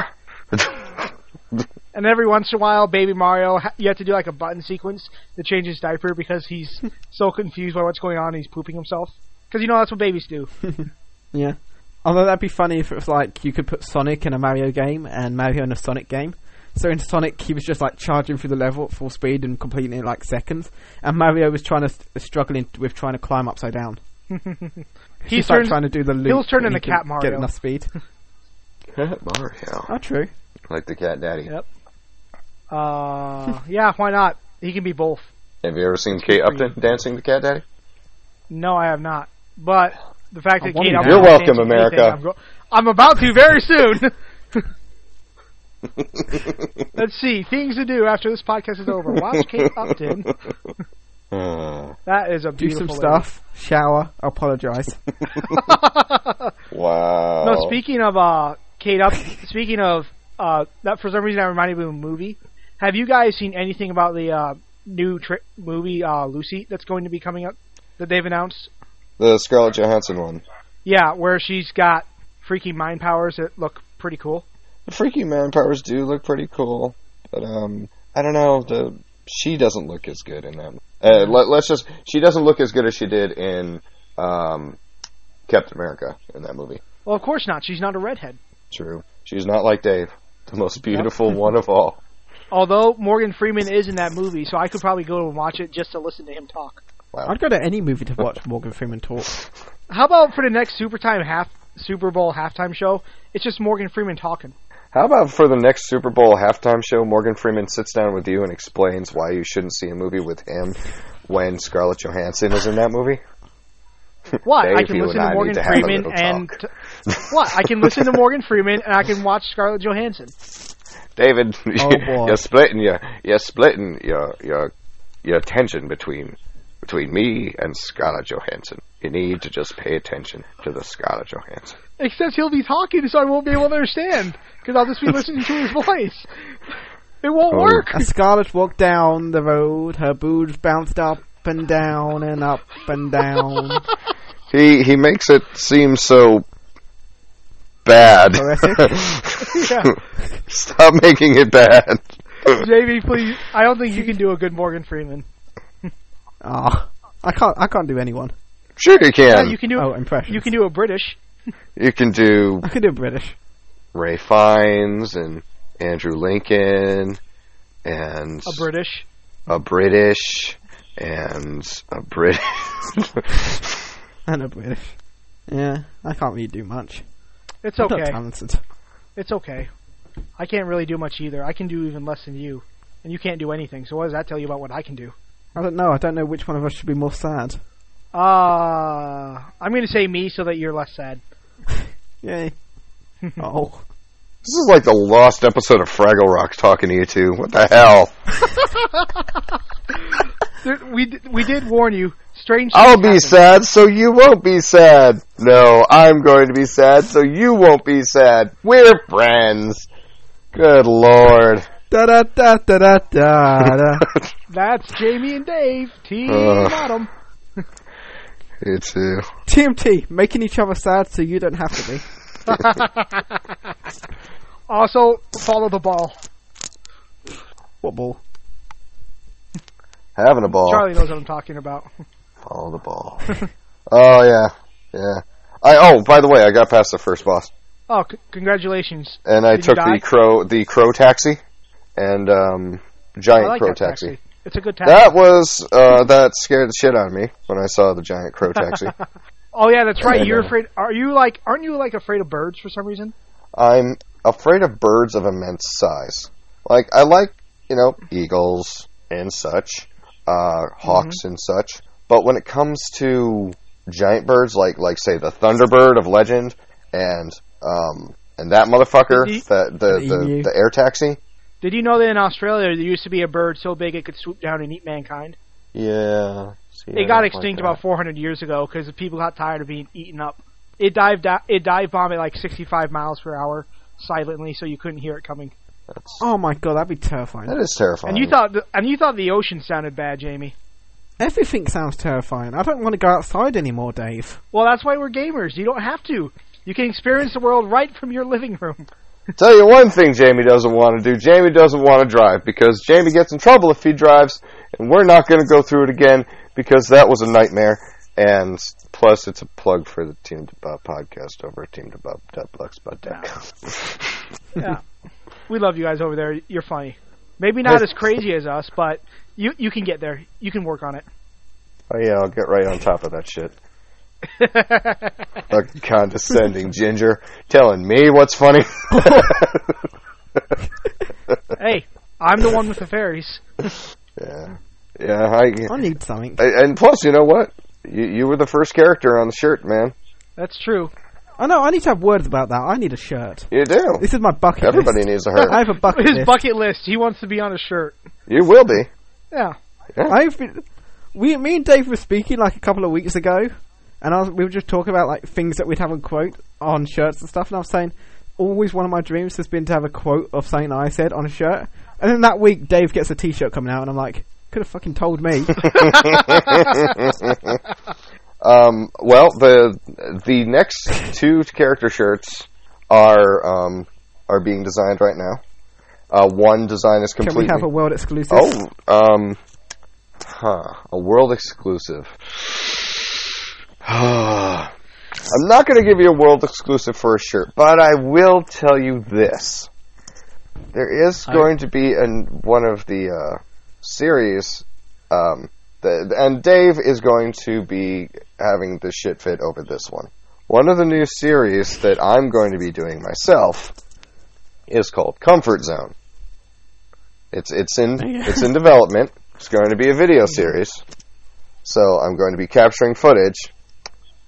A: And every once in a while, Baby Mario, ha- you have to do like a button sequence to change his diaper because he's so confused by what's going on. He's pooping himself because you know that's what babies do.
B: Yeah. Although that'd be funny if it was like you could put Sonic in a Mario game and Mario in a Sonic game. So in Sonic, he was just like charging through the level at full speed and completing it in like seconds, and Mario was trying to struggling with trying to climb upside down.
A: He's
B: Just, like,
A: turns-
B: trying to do the loop.
A: he'll turn
B: and
A: into
B: he can
A: Cat
B: Get
A: Mario.
B: enough
A: (laughs)
B: speed.
C: Mario.
B: Oh, true.
C: Like the cat daddy.
A: Yep. Uh, yeah, why not? He can be both.
C: Have you ever seen Kate Upton dancing the cat daddy?
A: No, I have not. But the fact
B: I
A: that
B: wonder
A: Kate,
B: now.
A: Upton
B: You're
A: can't
C: welcome,
A: do anything,
C: America.
A: I'm, go- I'm about to very soon. (laughs) Let's see things to do after this podcast is over. Watch Kate Upton.
C: Uh,
A: That is a
B: Do
A: beautiful
B: some
A: lady.
B: stuff. Shower. Apologize.
C: wow.
A: (laughs) No, speaking of uh, Kate Up, speaking of uh, that for some reason that reminded me of a movie. Have you guys seen anything about the uh, new tri- movie uh, Lucy that's going to be coming up that they've announced?
C: The Scarlett Johansson one.
A: Yeah, where she's got freaky mind powers that look pretty cool.
C: The freaky man powers do look pretty cool, but um, I don't know. The she doesn't look as good in them. Uh, let, let's just she doesn't look as good as she did in um, Captain America in that movie.
A: Well, of course not. She's not a redhead.
C: True. She's not like Dave, the most beautiful one of all.
A: Although Morgan Freeman is in that movie, so I could probably go and watch it just to listen to him talk.
C: Wow.
B: I'd go to any movie to watch Morgan Freeman talk.
A: How about for the next Super Time half Super Bowl halftime show? It's just Morgan Freeman
C: (laughs)
A: talking.
C: How about for the next Super Bowl halftime show, Morgan Freeman sits down with you and explains why you shouldn't see a movie with him when Scarlett Johansson is in that movie?
A: What
C: Dave,
A: I can
C: you
A: listen
C: and I
A: to
C: need
A: Morgan
C: to have a
A: Freeman
C: little
A: and
C: talk.
A: t- what I can listen to Morgan Freeman and I can watch Scarlett Johansson.
C: David, (laughs)
A: Oh,
B: boy.
C: you're splitting your you're splitting your your your attention between between me and Scarlett Johansson. You need to just pay attention to the Scarlett Johansson.
A: Except he'll be talking, so I won't be able to understand because I'll just be listening to his voice. It won't
C: Oh.
A: work.
B: As Scarlett walked down the road, her boobs bounced up and down and up and down.
C: He he makes it seem so bad. (laughs)
A: (laughs) Yeah.
C: Stop making
A: (laughs)
C: it bad.
A: JV, please. I don't think you can do a good Morgan Freeman.
B: Ah, I can't. I can't do anyone.
C: Sure you
A: Yeah,
C: can.
A: you can do.
B: Oh, impressions.
A: you can do a British.
C: You can do
B: (laughs) I could do British.
C: Ray Fiennes and Andrew Lincoln and
A: A British.
C: a British and a (laughs) British.
B: And a British. Yeah, I can't really do much.
A: It's
B: I'm not
A: okay.
B: talented.
A: It's okay. I can't really do much either. I can do even less than you, and you can't do anything. So what does that tell you about what I can do?
B: I don't know. I don't know which one of us should be more sad.
A: Uh, I'm going to say me so that you're less sad. (laughs)
B: Yay. oh.
C: this is like the lost episode of Fraggle Rock talking to you two. What the hell?
A: There, we d- we did warn you. Strange. things
C: I'll be
A: happen.
C: sad, so you won't be sad. No, I'm going to be sad, so you won't be sad. We're friends. Good lord. (laughs)
B: Da da da da da da
A: (laughs)
B: da.
A: That's Jamie and Dave. Team
C: Ugh.
A: bottom. (laughs)
C: You too.
B: TMT, making each other sad so you don't have to be.
A: Also, follow the ball.
B: What ball?
C: Having a ball.
A: Charlie knows what I'm talking about.
C: Follow the ball. (laughs) oh yeah, yeah. I oh by the way, I got past the first boss,
A: Oh, c- congratulations.
C: and I
A: Did you
C: took
A: die?
C: the crow the crow taxi, and um,
A: I
C: giant
A: like
C: crow
A: that
C: taxi.
A: taxi. It's a good taxi.
C: That was uh, that scared the shit out of me when I saw the giant
A: (laughs)
C: crow taxi.
A: Oh yeah, that's
C: (laughs)
A: right.
C: Yeah,
A: You're
C: no.
A: afraid. Are you like? Aren't you like afraid of birds for some reason?
C: I'm afraid of birds of immense size. Like I like you know eagles and such, uh, hawks
A: Mm-hmm.
C: and such. But when it comes to giant birds, like like say the thunderbird of legend, and um, and that motherfucker,
A: The e-
C: the the,
B: the
C: the,
B: emu.
C: the air taxi.
A: Did you know that in Australia there used to be a bird so big it could swoop down and eat mankind?
C: Yeah. See, I
A: it got
C: don't
A: extinct
C: like
A: about 400 years ago because people got tired of being eaten up. It dived out, it dive bombed at like 65 miles per hour silently, so you couldn't hear it coming.
C: that. That's-
B: Oh my god, that'd be terrifying.
C: that is terrifying.
A: And you thought the, and you thought the ocean sounded bad, Jamie.
B: Everything sounds terrifying. I don't want to go outside anymore, Dave.
A: Well, that's why we're gamers. You don't have to. You can experience the world right from your living room. (laughs)
C: Tell you one thing Jamie doesn't want to do. Jamie doesn't want to drive because Jamie gets in trouble if he drives, and we're not going to go through it again because that was a nightmare. And plus, it's a plug for the Team Debub podcast over at teamdebub.blogspot.com.
A: Yeah. we love you guys over there. You're funny. Maybe not
C: Yes.
A: as crazy as us, but you you can get there. You can work on it. (laughs)
C: oh yeah, I'll get right on top of that shit. A condescending ginger telling me what's funny. (laughs)
A: hey, I'm the one with the fairies.
C: yeah, yeah. I,
B: I need something.
C: I- and plus, you know what? You, you were the first character on the shirt, man.
A: That's true.
B: I know, I need to have words about that. I need a shirt.
C: You do.
B: (laughs) This is my bucket
C: Everybody
B: list.
C: needs a hurt.
B: I have a bucket
A: His
B: list.
A: bucket list. He wants to be on a shirt.
C: You will be.
A: Yeah.
B: (laughs) I've been, we, me and Dave were speaking like a couple of weeks ago, and I was, we were just talking about like things that we'd have a quote on shirts and stuff. And I was saying, always one of my dreams has been to have a quote of something that I said on a shirt. And then that week, Dave gets a T-shirt coming out, and I'm like, could have fucking told
C: (laughs)
B: me.
C: Um, well, the the next two character shirts are um, are being designed right now. Uh, one design is
B: Can we
C: completely.
B: have a world exclusive?
C: oh, um, huh, a world exclusive. (sighs) I'm not going to give you a world exclusive for a shirt, but I will tell you this: there is going to be an, one of the uh, series um, The, and Dave is going to be having the shit fit over this one. One of the new series that I'm going to be doing myself is called Comfort Zone. It's it's in it's in development. It's going to be a video series. So I'm going to be capturing footage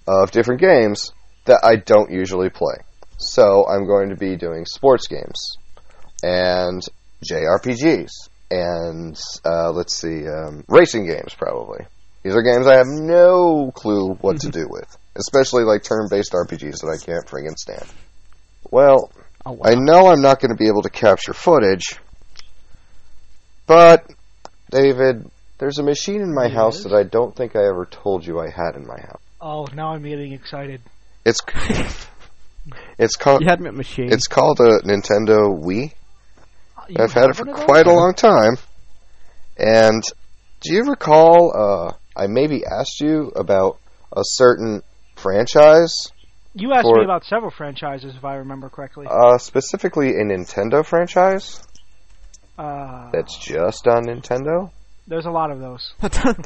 C: of different games that I don't usually play. So I'm going to be doing sports games and JRPGs and uh, let's see, um, racing games probably. These are games I have no clue what
B: (laughs)
C: to do with, especially like turn-based RPGs that I can't friggin' stand. Well,
B: Oh, wow.
C: I know I'm not going to be able to capture footage, but David, there's a machine in my house that I don't think I ever told you I had in my house.
A: Oh, now I'm getting excited. (laughs)
C: It's it's called
B: You had me at machine. (laughs)
C: it's called a Nintendo Wii.
A: You
C: I've had it
A: have
C: for
A: one of those?
C: quite a long time. And do you recall? Uh, I maybe asked you about a certain franchise,
A: You asked
C: for-
A: me about several franchises, if I remember correctly.
C: uh, specifically a Nintendo franchise
A: Uh,
C: that's just on Nintendo.
A: there's a lot of those. (laughs)
C: that might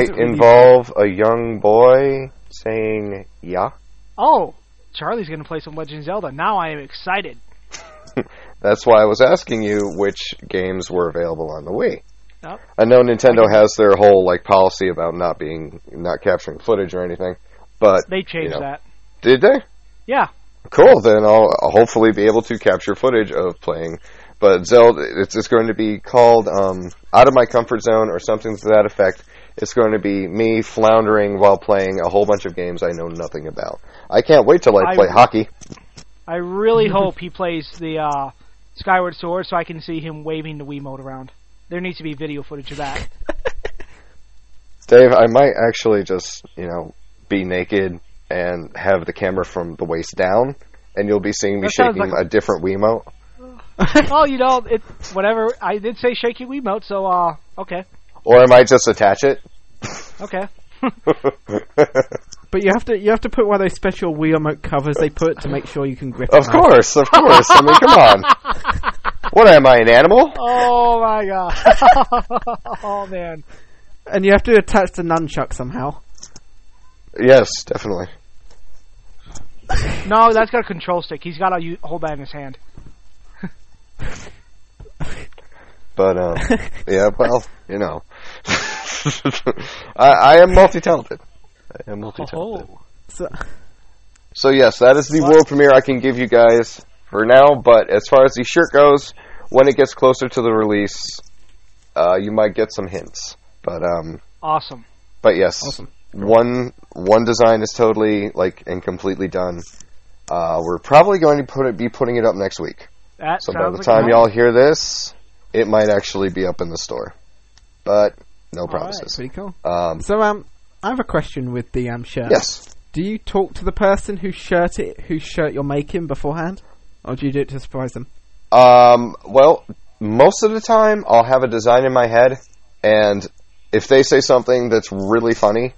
B: Doesn't really
C: involve a young boy saying "yeah."
A: Oh, Charlie's going to play some Legend of Zelda. Now I am excited.
C: That's why I was asking you which games were available on the Wii.
A: Yep.
C: I know Nintendo has their whole like policy about not being not capturing footage or anything, but
A: They changed
C: Yeah.
A: that.
C: did they?
A: Yeah.
C: Cool. Then I'll, I'll hopefully be able to capture footage of playing. But Zelda, it's, it's going to be called um, "Out of My Comfort Zone" or something to that effect. It's going to be me floundering while playing a whole bunch of games I know nothing about. I can't wait till I
A: I-
C: play hockey.
A: I
B: (laughs)
A: really hope he plays the uh, Skyward Sword so I can see him waving the Wiimote around. There needs to be video footage of
C: (laughs)
A: that.
C: Dave, I might actually just, you know, be naked and have the camera from the waist down, and you'll be seeing me
A: That sounds
C: shaking
A: like
C: a different Wiimote.
A: well, Oh, you know, it whatever. I did say shake your Wiimote, so uh, okay,
C: Or I might just attach it. (laughs)
A: okay.
B: but you have to you have to put one of those special wheel remote covers they put to make sure you can grip.
C: of
B: it.
C: course, of course. I mean, come on.
A: (laughs)
C: What am I, an animal?
A: Oh my god. (laughs) oh man.
B: and you have to attach the nunchuck somehow.
C: Yes, definitely.
A: No, that's got a control stick. He's got to hold that in his hand.
C: But, um,
A: (laughs)
C: yeah, well, you know. (laughs) I, I am multi talented. I am multi talented.
A: Oh,
B: So,
C: So yes, that is the world premiere I can give you guys for now. But as far as the shirt goes, when it gets closer to the release, uh, you might get some hints. But um,
A: awesome.
C: but yes,
B: Awesome.
C: one one design is totally like and completely done. Uh, we're probably going to put it, be putting it up next week.
A: That
C: So
A: sounds
C: by the
A: like
C: time
A: fun.
C: y'all hear this, it might actually be up in the store. But no
A: right.
C: promises.
B: pretty cool.
C: Um,
B: So um, I have a question with the um shirt.
C: yes.
B: Do you talk to the person whose shirt it, whose shirt you're making beforehand, or do you do it to surprise them?
C: Um, well, most of the time I'll have a design in my head, and if they say something that's really funny,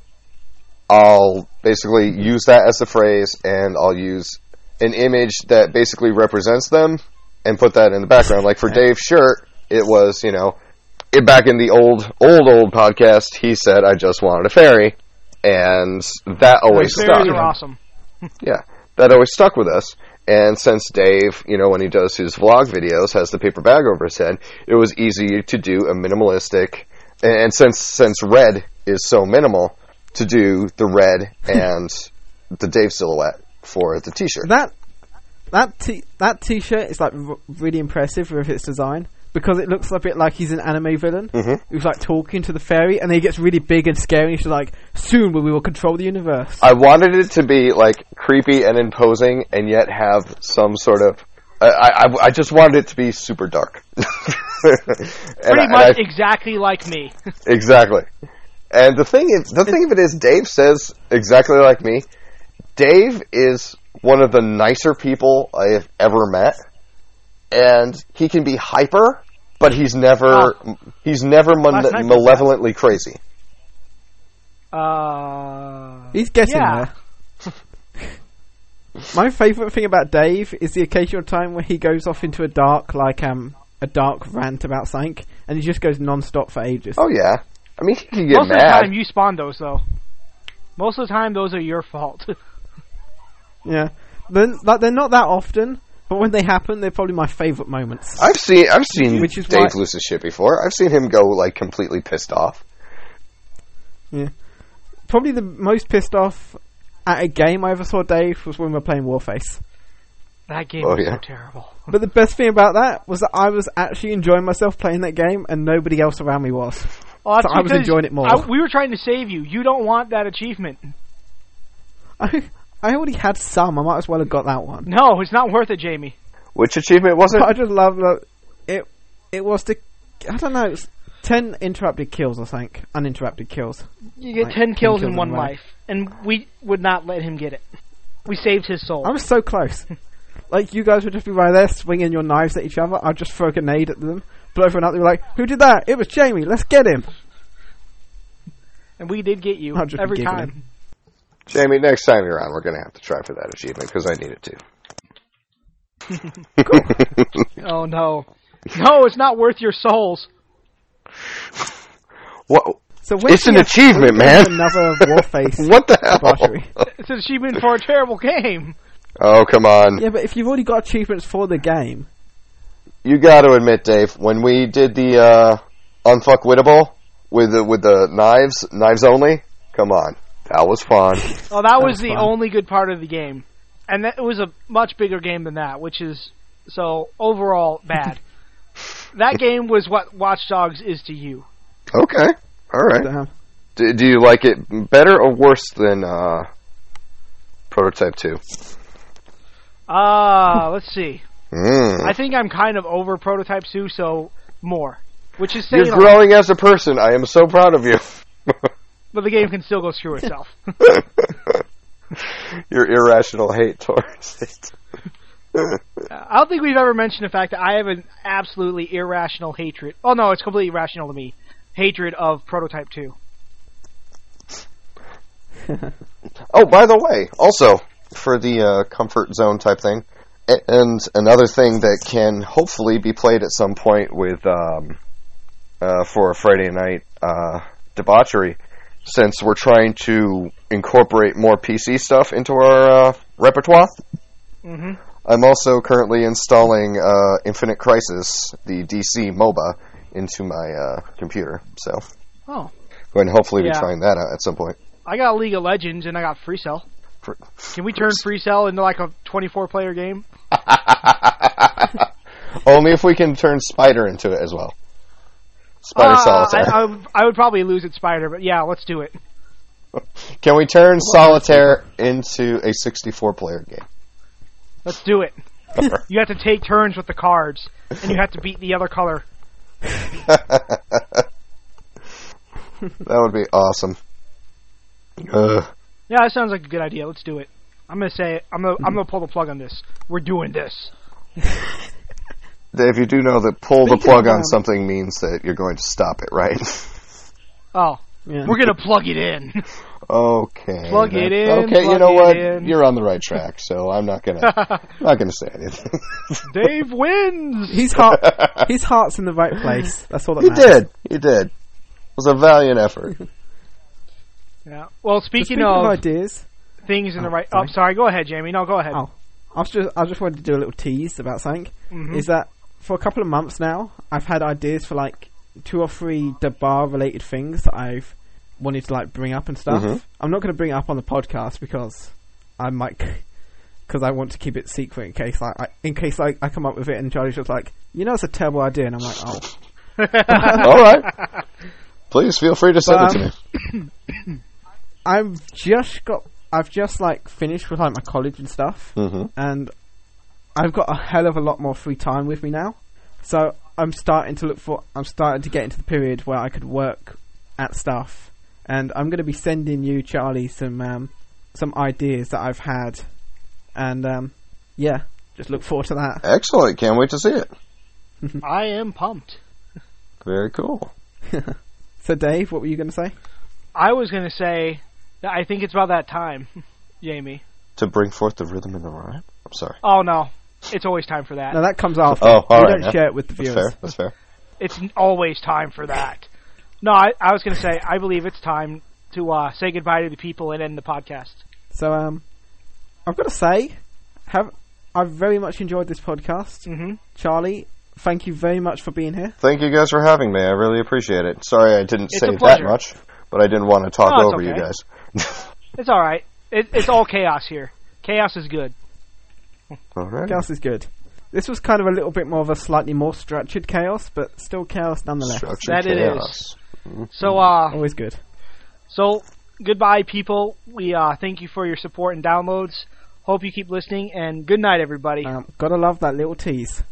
C: I'll basically use that as the phrase, and I'll use an image that basically represents them, and put that in the background. Like for Dave's shirt, it was you know, it, back in the old old old podcast, he said, "I just wanted a fairy," and that always
A: Those
C: stuck
A: berries are awesome.
C: yeah, that always stuck with us. And since Dave, you know, when he does his vlog videos, has the paper bag over his head, it was easy to do a minimalistic. And since since red is so minimal, to do
A: (laughs)
C: the red and the Dave silhouette for the T-shirt.
B: That that t that t-shirt is like r- really impressive with its design because it looks a bit like he's an anime villain
C: Mm-hmm.
B: who's like talking to the fairy, and then he gets really big and scary. And she's like, "Soon, we will control the universe."
C: I wanted it to be like creepy and imposing, and yet have some sort of. I I, I- I just wanted it to be super dark. (laughs) And I-
A: Pretty
C: and
A: much
C: I-
A: exactly like
C: (laughs)
A: me.
C: Exactly. And the thing is, the thing of it is, Dave says exactly like me. Dave is one of the nicer people I have ever met, and he can be hyper, but he's never he's never mon-
A: Last night was
C: malevolently crazy.
A: Uh,
B: He's getting
A: yeah.
B: there. My favourite thing about Dave is the occasional time where he goes off into a dark, like um, a dark rant about something, and he just goes non-stop for ages.
C: Oh yeah, I mean, you can get
A: Most of
C: mad.
A: the time, you spawn those though. Most of the time, those are your fault. (laughs)
B: Yeah, they're, like, they're not that often, but when they happen, they're probably my favourite moments.
C: I've seen I've seen
B: Which is
C: Dave
B: why-
C: lose his shit before. I've seen him go like completely pissed off.
B: Probably the most pissed off at a game I ever saw Dave was when we were playing Warface.
A: that game
C: Oh,
A: was
C: yeah.
A: so terrible.
B: But the best thing about that was that I was actually enjoying myself playing that game, and nobody else around me was. (laughs)
A: Oh, that's
B: (laughs) So I was
A: because
B: enjoying it more.
A: I- we were trying to save you. You don't want that achievement.
B: I, I already had some. I might as well have got that
A: (laughs)
B: one.
A: No, it's not worth it, Jamie.
C: Which achievement was
B: But I
C: it?
B: just love that it. It was the I don't know. It's ten interrupted kills. I think uninterrupted kills.
A: You get
B: Like,
A: 10 kills in one
B: a row.
A: life, and we would not let him get it. We saved his soul.
B: I was so close. like you guys would just be right there swinging your knives at each other. I'd just throw a grenade at them, blow everyone up. They were like, "Who did that? It was Jamie. Let's get him."
A: and we did get you
B: I'll just be
A: every
B: giggling.
A: time.
C: Jamie, next time you're on, we're gonna have to try for that achievement because I need it too.
A: (laughs)
C: (laughs)
A: Oh, no. No, it's not worth your souls.
C: What?
B: So when
C: It's an
B: we-
C: achievement,
B: we
C: man.
B: have Another
C: (laughs)
B: warface.
C: What the hell?
B: Debauchery.
A: It's an achievement for a terrible game.
C: Oh come on!
B: yeah, but if you've already got achievements for the game,
C: You got to admit, Dave, when we did the uh, unfuckwittable with the with the knives, knives only. Come on, that was fun.
A: Well, Oh, that, was,
B: was
A: the
B: fun.
A: only good part of the game. And that, it was a much bigger game than that, which is, so, overall, bad. that game was what Watch Dogs is to you.
C: okay, all right.
B: damn.
C: Do, do you like it better or worse than uh, Prototype Two?
A: Ah, let's see.
C: Mm.
A: I think I'm kind of over Prototype 2, so more. Which is saying
C: You're
A: a lot,
C: growing as a person. I am so proud of you. (laughs)
A: but the game can still go screw itself.
C: Your irrational hate towards it.
A: I don't think we've ever mentioned the fact that I have an absolutely irrational hatred. Oh no, it's completely irrational to me. Hatred of Prototype 2.
C: Oh, by the way, also for the uh, comfort zone type thing, a- and another thing that can hopefully be played at some point with um, uh, for a Friday night uh, debauchery, since we're trying to incorporate more PC stuff into our uh, repertoire.
A: hmm
C: I'm also currently installing uh, Infinite Crisis, the DC MOBA, into my uh, computer. So
A: Oh,
C: going to hopefully be
A: Yeah.
C: trying that out at some point.
A: I got League of Legends and I got Free Cell.
C: Fr-
A: Can we turn Free Cell into like a 24 player game?
C: Only if we can turn Spider into it as well. Spider
A: Uh,
C: Solitaire.
A: I, I, would- I would probably lose at Spider, but yeah, let's do it.
C: can we turn Solitaire into a 64 player game?
A: Let's do
B: (laughs)
A: it. you have to take turns with the cards, and you have to beat the other color.
C: That would be awesome. Ugh.
A: Yeah, that sounds like a good idea. Let's do it. I'm gonna say it. I'm gonna I'm gonna pull the plug on this. We're doing this.
C: Dave, you do know that pull the
B: Speaking
C: plug
B: of,
C: on
B: um,
C: something means that you're going to stop it, right? (laughs)
A: Oh,
B: Yeah.
A: we're gonna plug it in. (laughs)
C: Okay.
A: Plug it in,
C: Okay, you
A: plug
C: know
A: it
C: what?
A: in.
C: You're on the right track, so I'm
A: (laughs)
C: not gonna not gonna say anything.
A: Dave wins.
B: His heart, his heart's in the right place. That's all that
C: (laughs) you
B: matters.
C: did. You did. It was a valiant effort. (laughs)
A: Yeah. Well,
B: So
A: speaking,
B: speaking
A: of,
B: of ideas,
A: things in the
B: Oh,
A: right.
B: sorry.
A: Oh, sorry. Go ahead, Jamie. No, go ahead.
B: Oh. I was just I just wanted to do a little tease about something.
A: Mhm.
B: Is that for a couple of months now, I've had ideas for like two or three debar related things that I've wanted to like bring up and stuff.
C: Mhm.
B: I'm not going to bring it up on the podcast because I might (laughs) because I want to keep it secret in case like I, in case like I come up with it and Charlie's just like you know it's a terrible idea and I'm like oh
C: All
A: (laughs)
C: right. Please feel free to send it to
B: Um,
C: me.
B: I've just got I've just like finished with like my college and stuff
C: Mm-hmm.
B: and I've got a hell of a lot more free time with me now. So I'm starting to look for. I'm starting to get into the period where I could work at stuff, and I'm going to be sending you, Charlie, some um, some ideas that I've had, and um, yeah, just look forward to that.
C: Excellent. Can't wait to see it.
A: I am pumped.
C: Very cool.
B: So, Dave, what were you going to say?
A: I was gonna say that I think it's about that time, (laughs) Jamie.
C: To bring forth the rhythm and the rhyme. I'm sorry.
A: Oh no, it's always time for that.
B: No, that comes after.
C: Oh, all
B: we
C: right,
B: don't
C: yeah.
B: share it with the
C: That's
B: viewers.
C: fair. That's fair.
A: It's always time for that. No, I, I was going to say I believe it's time to uh, say goodbye to the people and end the podcast.
B: So um, I've got to say, have I've very much enjoyed this podcast.
A: Mhm.
B: Charlie, thank you very much for being here.
C: Thank you guys for having me. I really appreciate it. Sorry I didn't
A: It's
C: say
A: a
C: that
A: pleasure.
C: much, but I didn't want to talk
A: No, it's
C: over you
A: okay.
C: guys. (laughs)
A: It's all right. It, it's all chaos here. Chaos is good.
C: All right.
B: Chaos is good. This was kind of a little bit more of a slightly more structured chaos, but still chaos nonetheless.
C: Structure
A: That it is.
C: chaos.
A: So uh,
B: Always good.
A: So, goodbye, people. We uh, thank you for your support and downloads. Hope you keep listening, and good night, everybody.
B: Um, gotta love that little tease.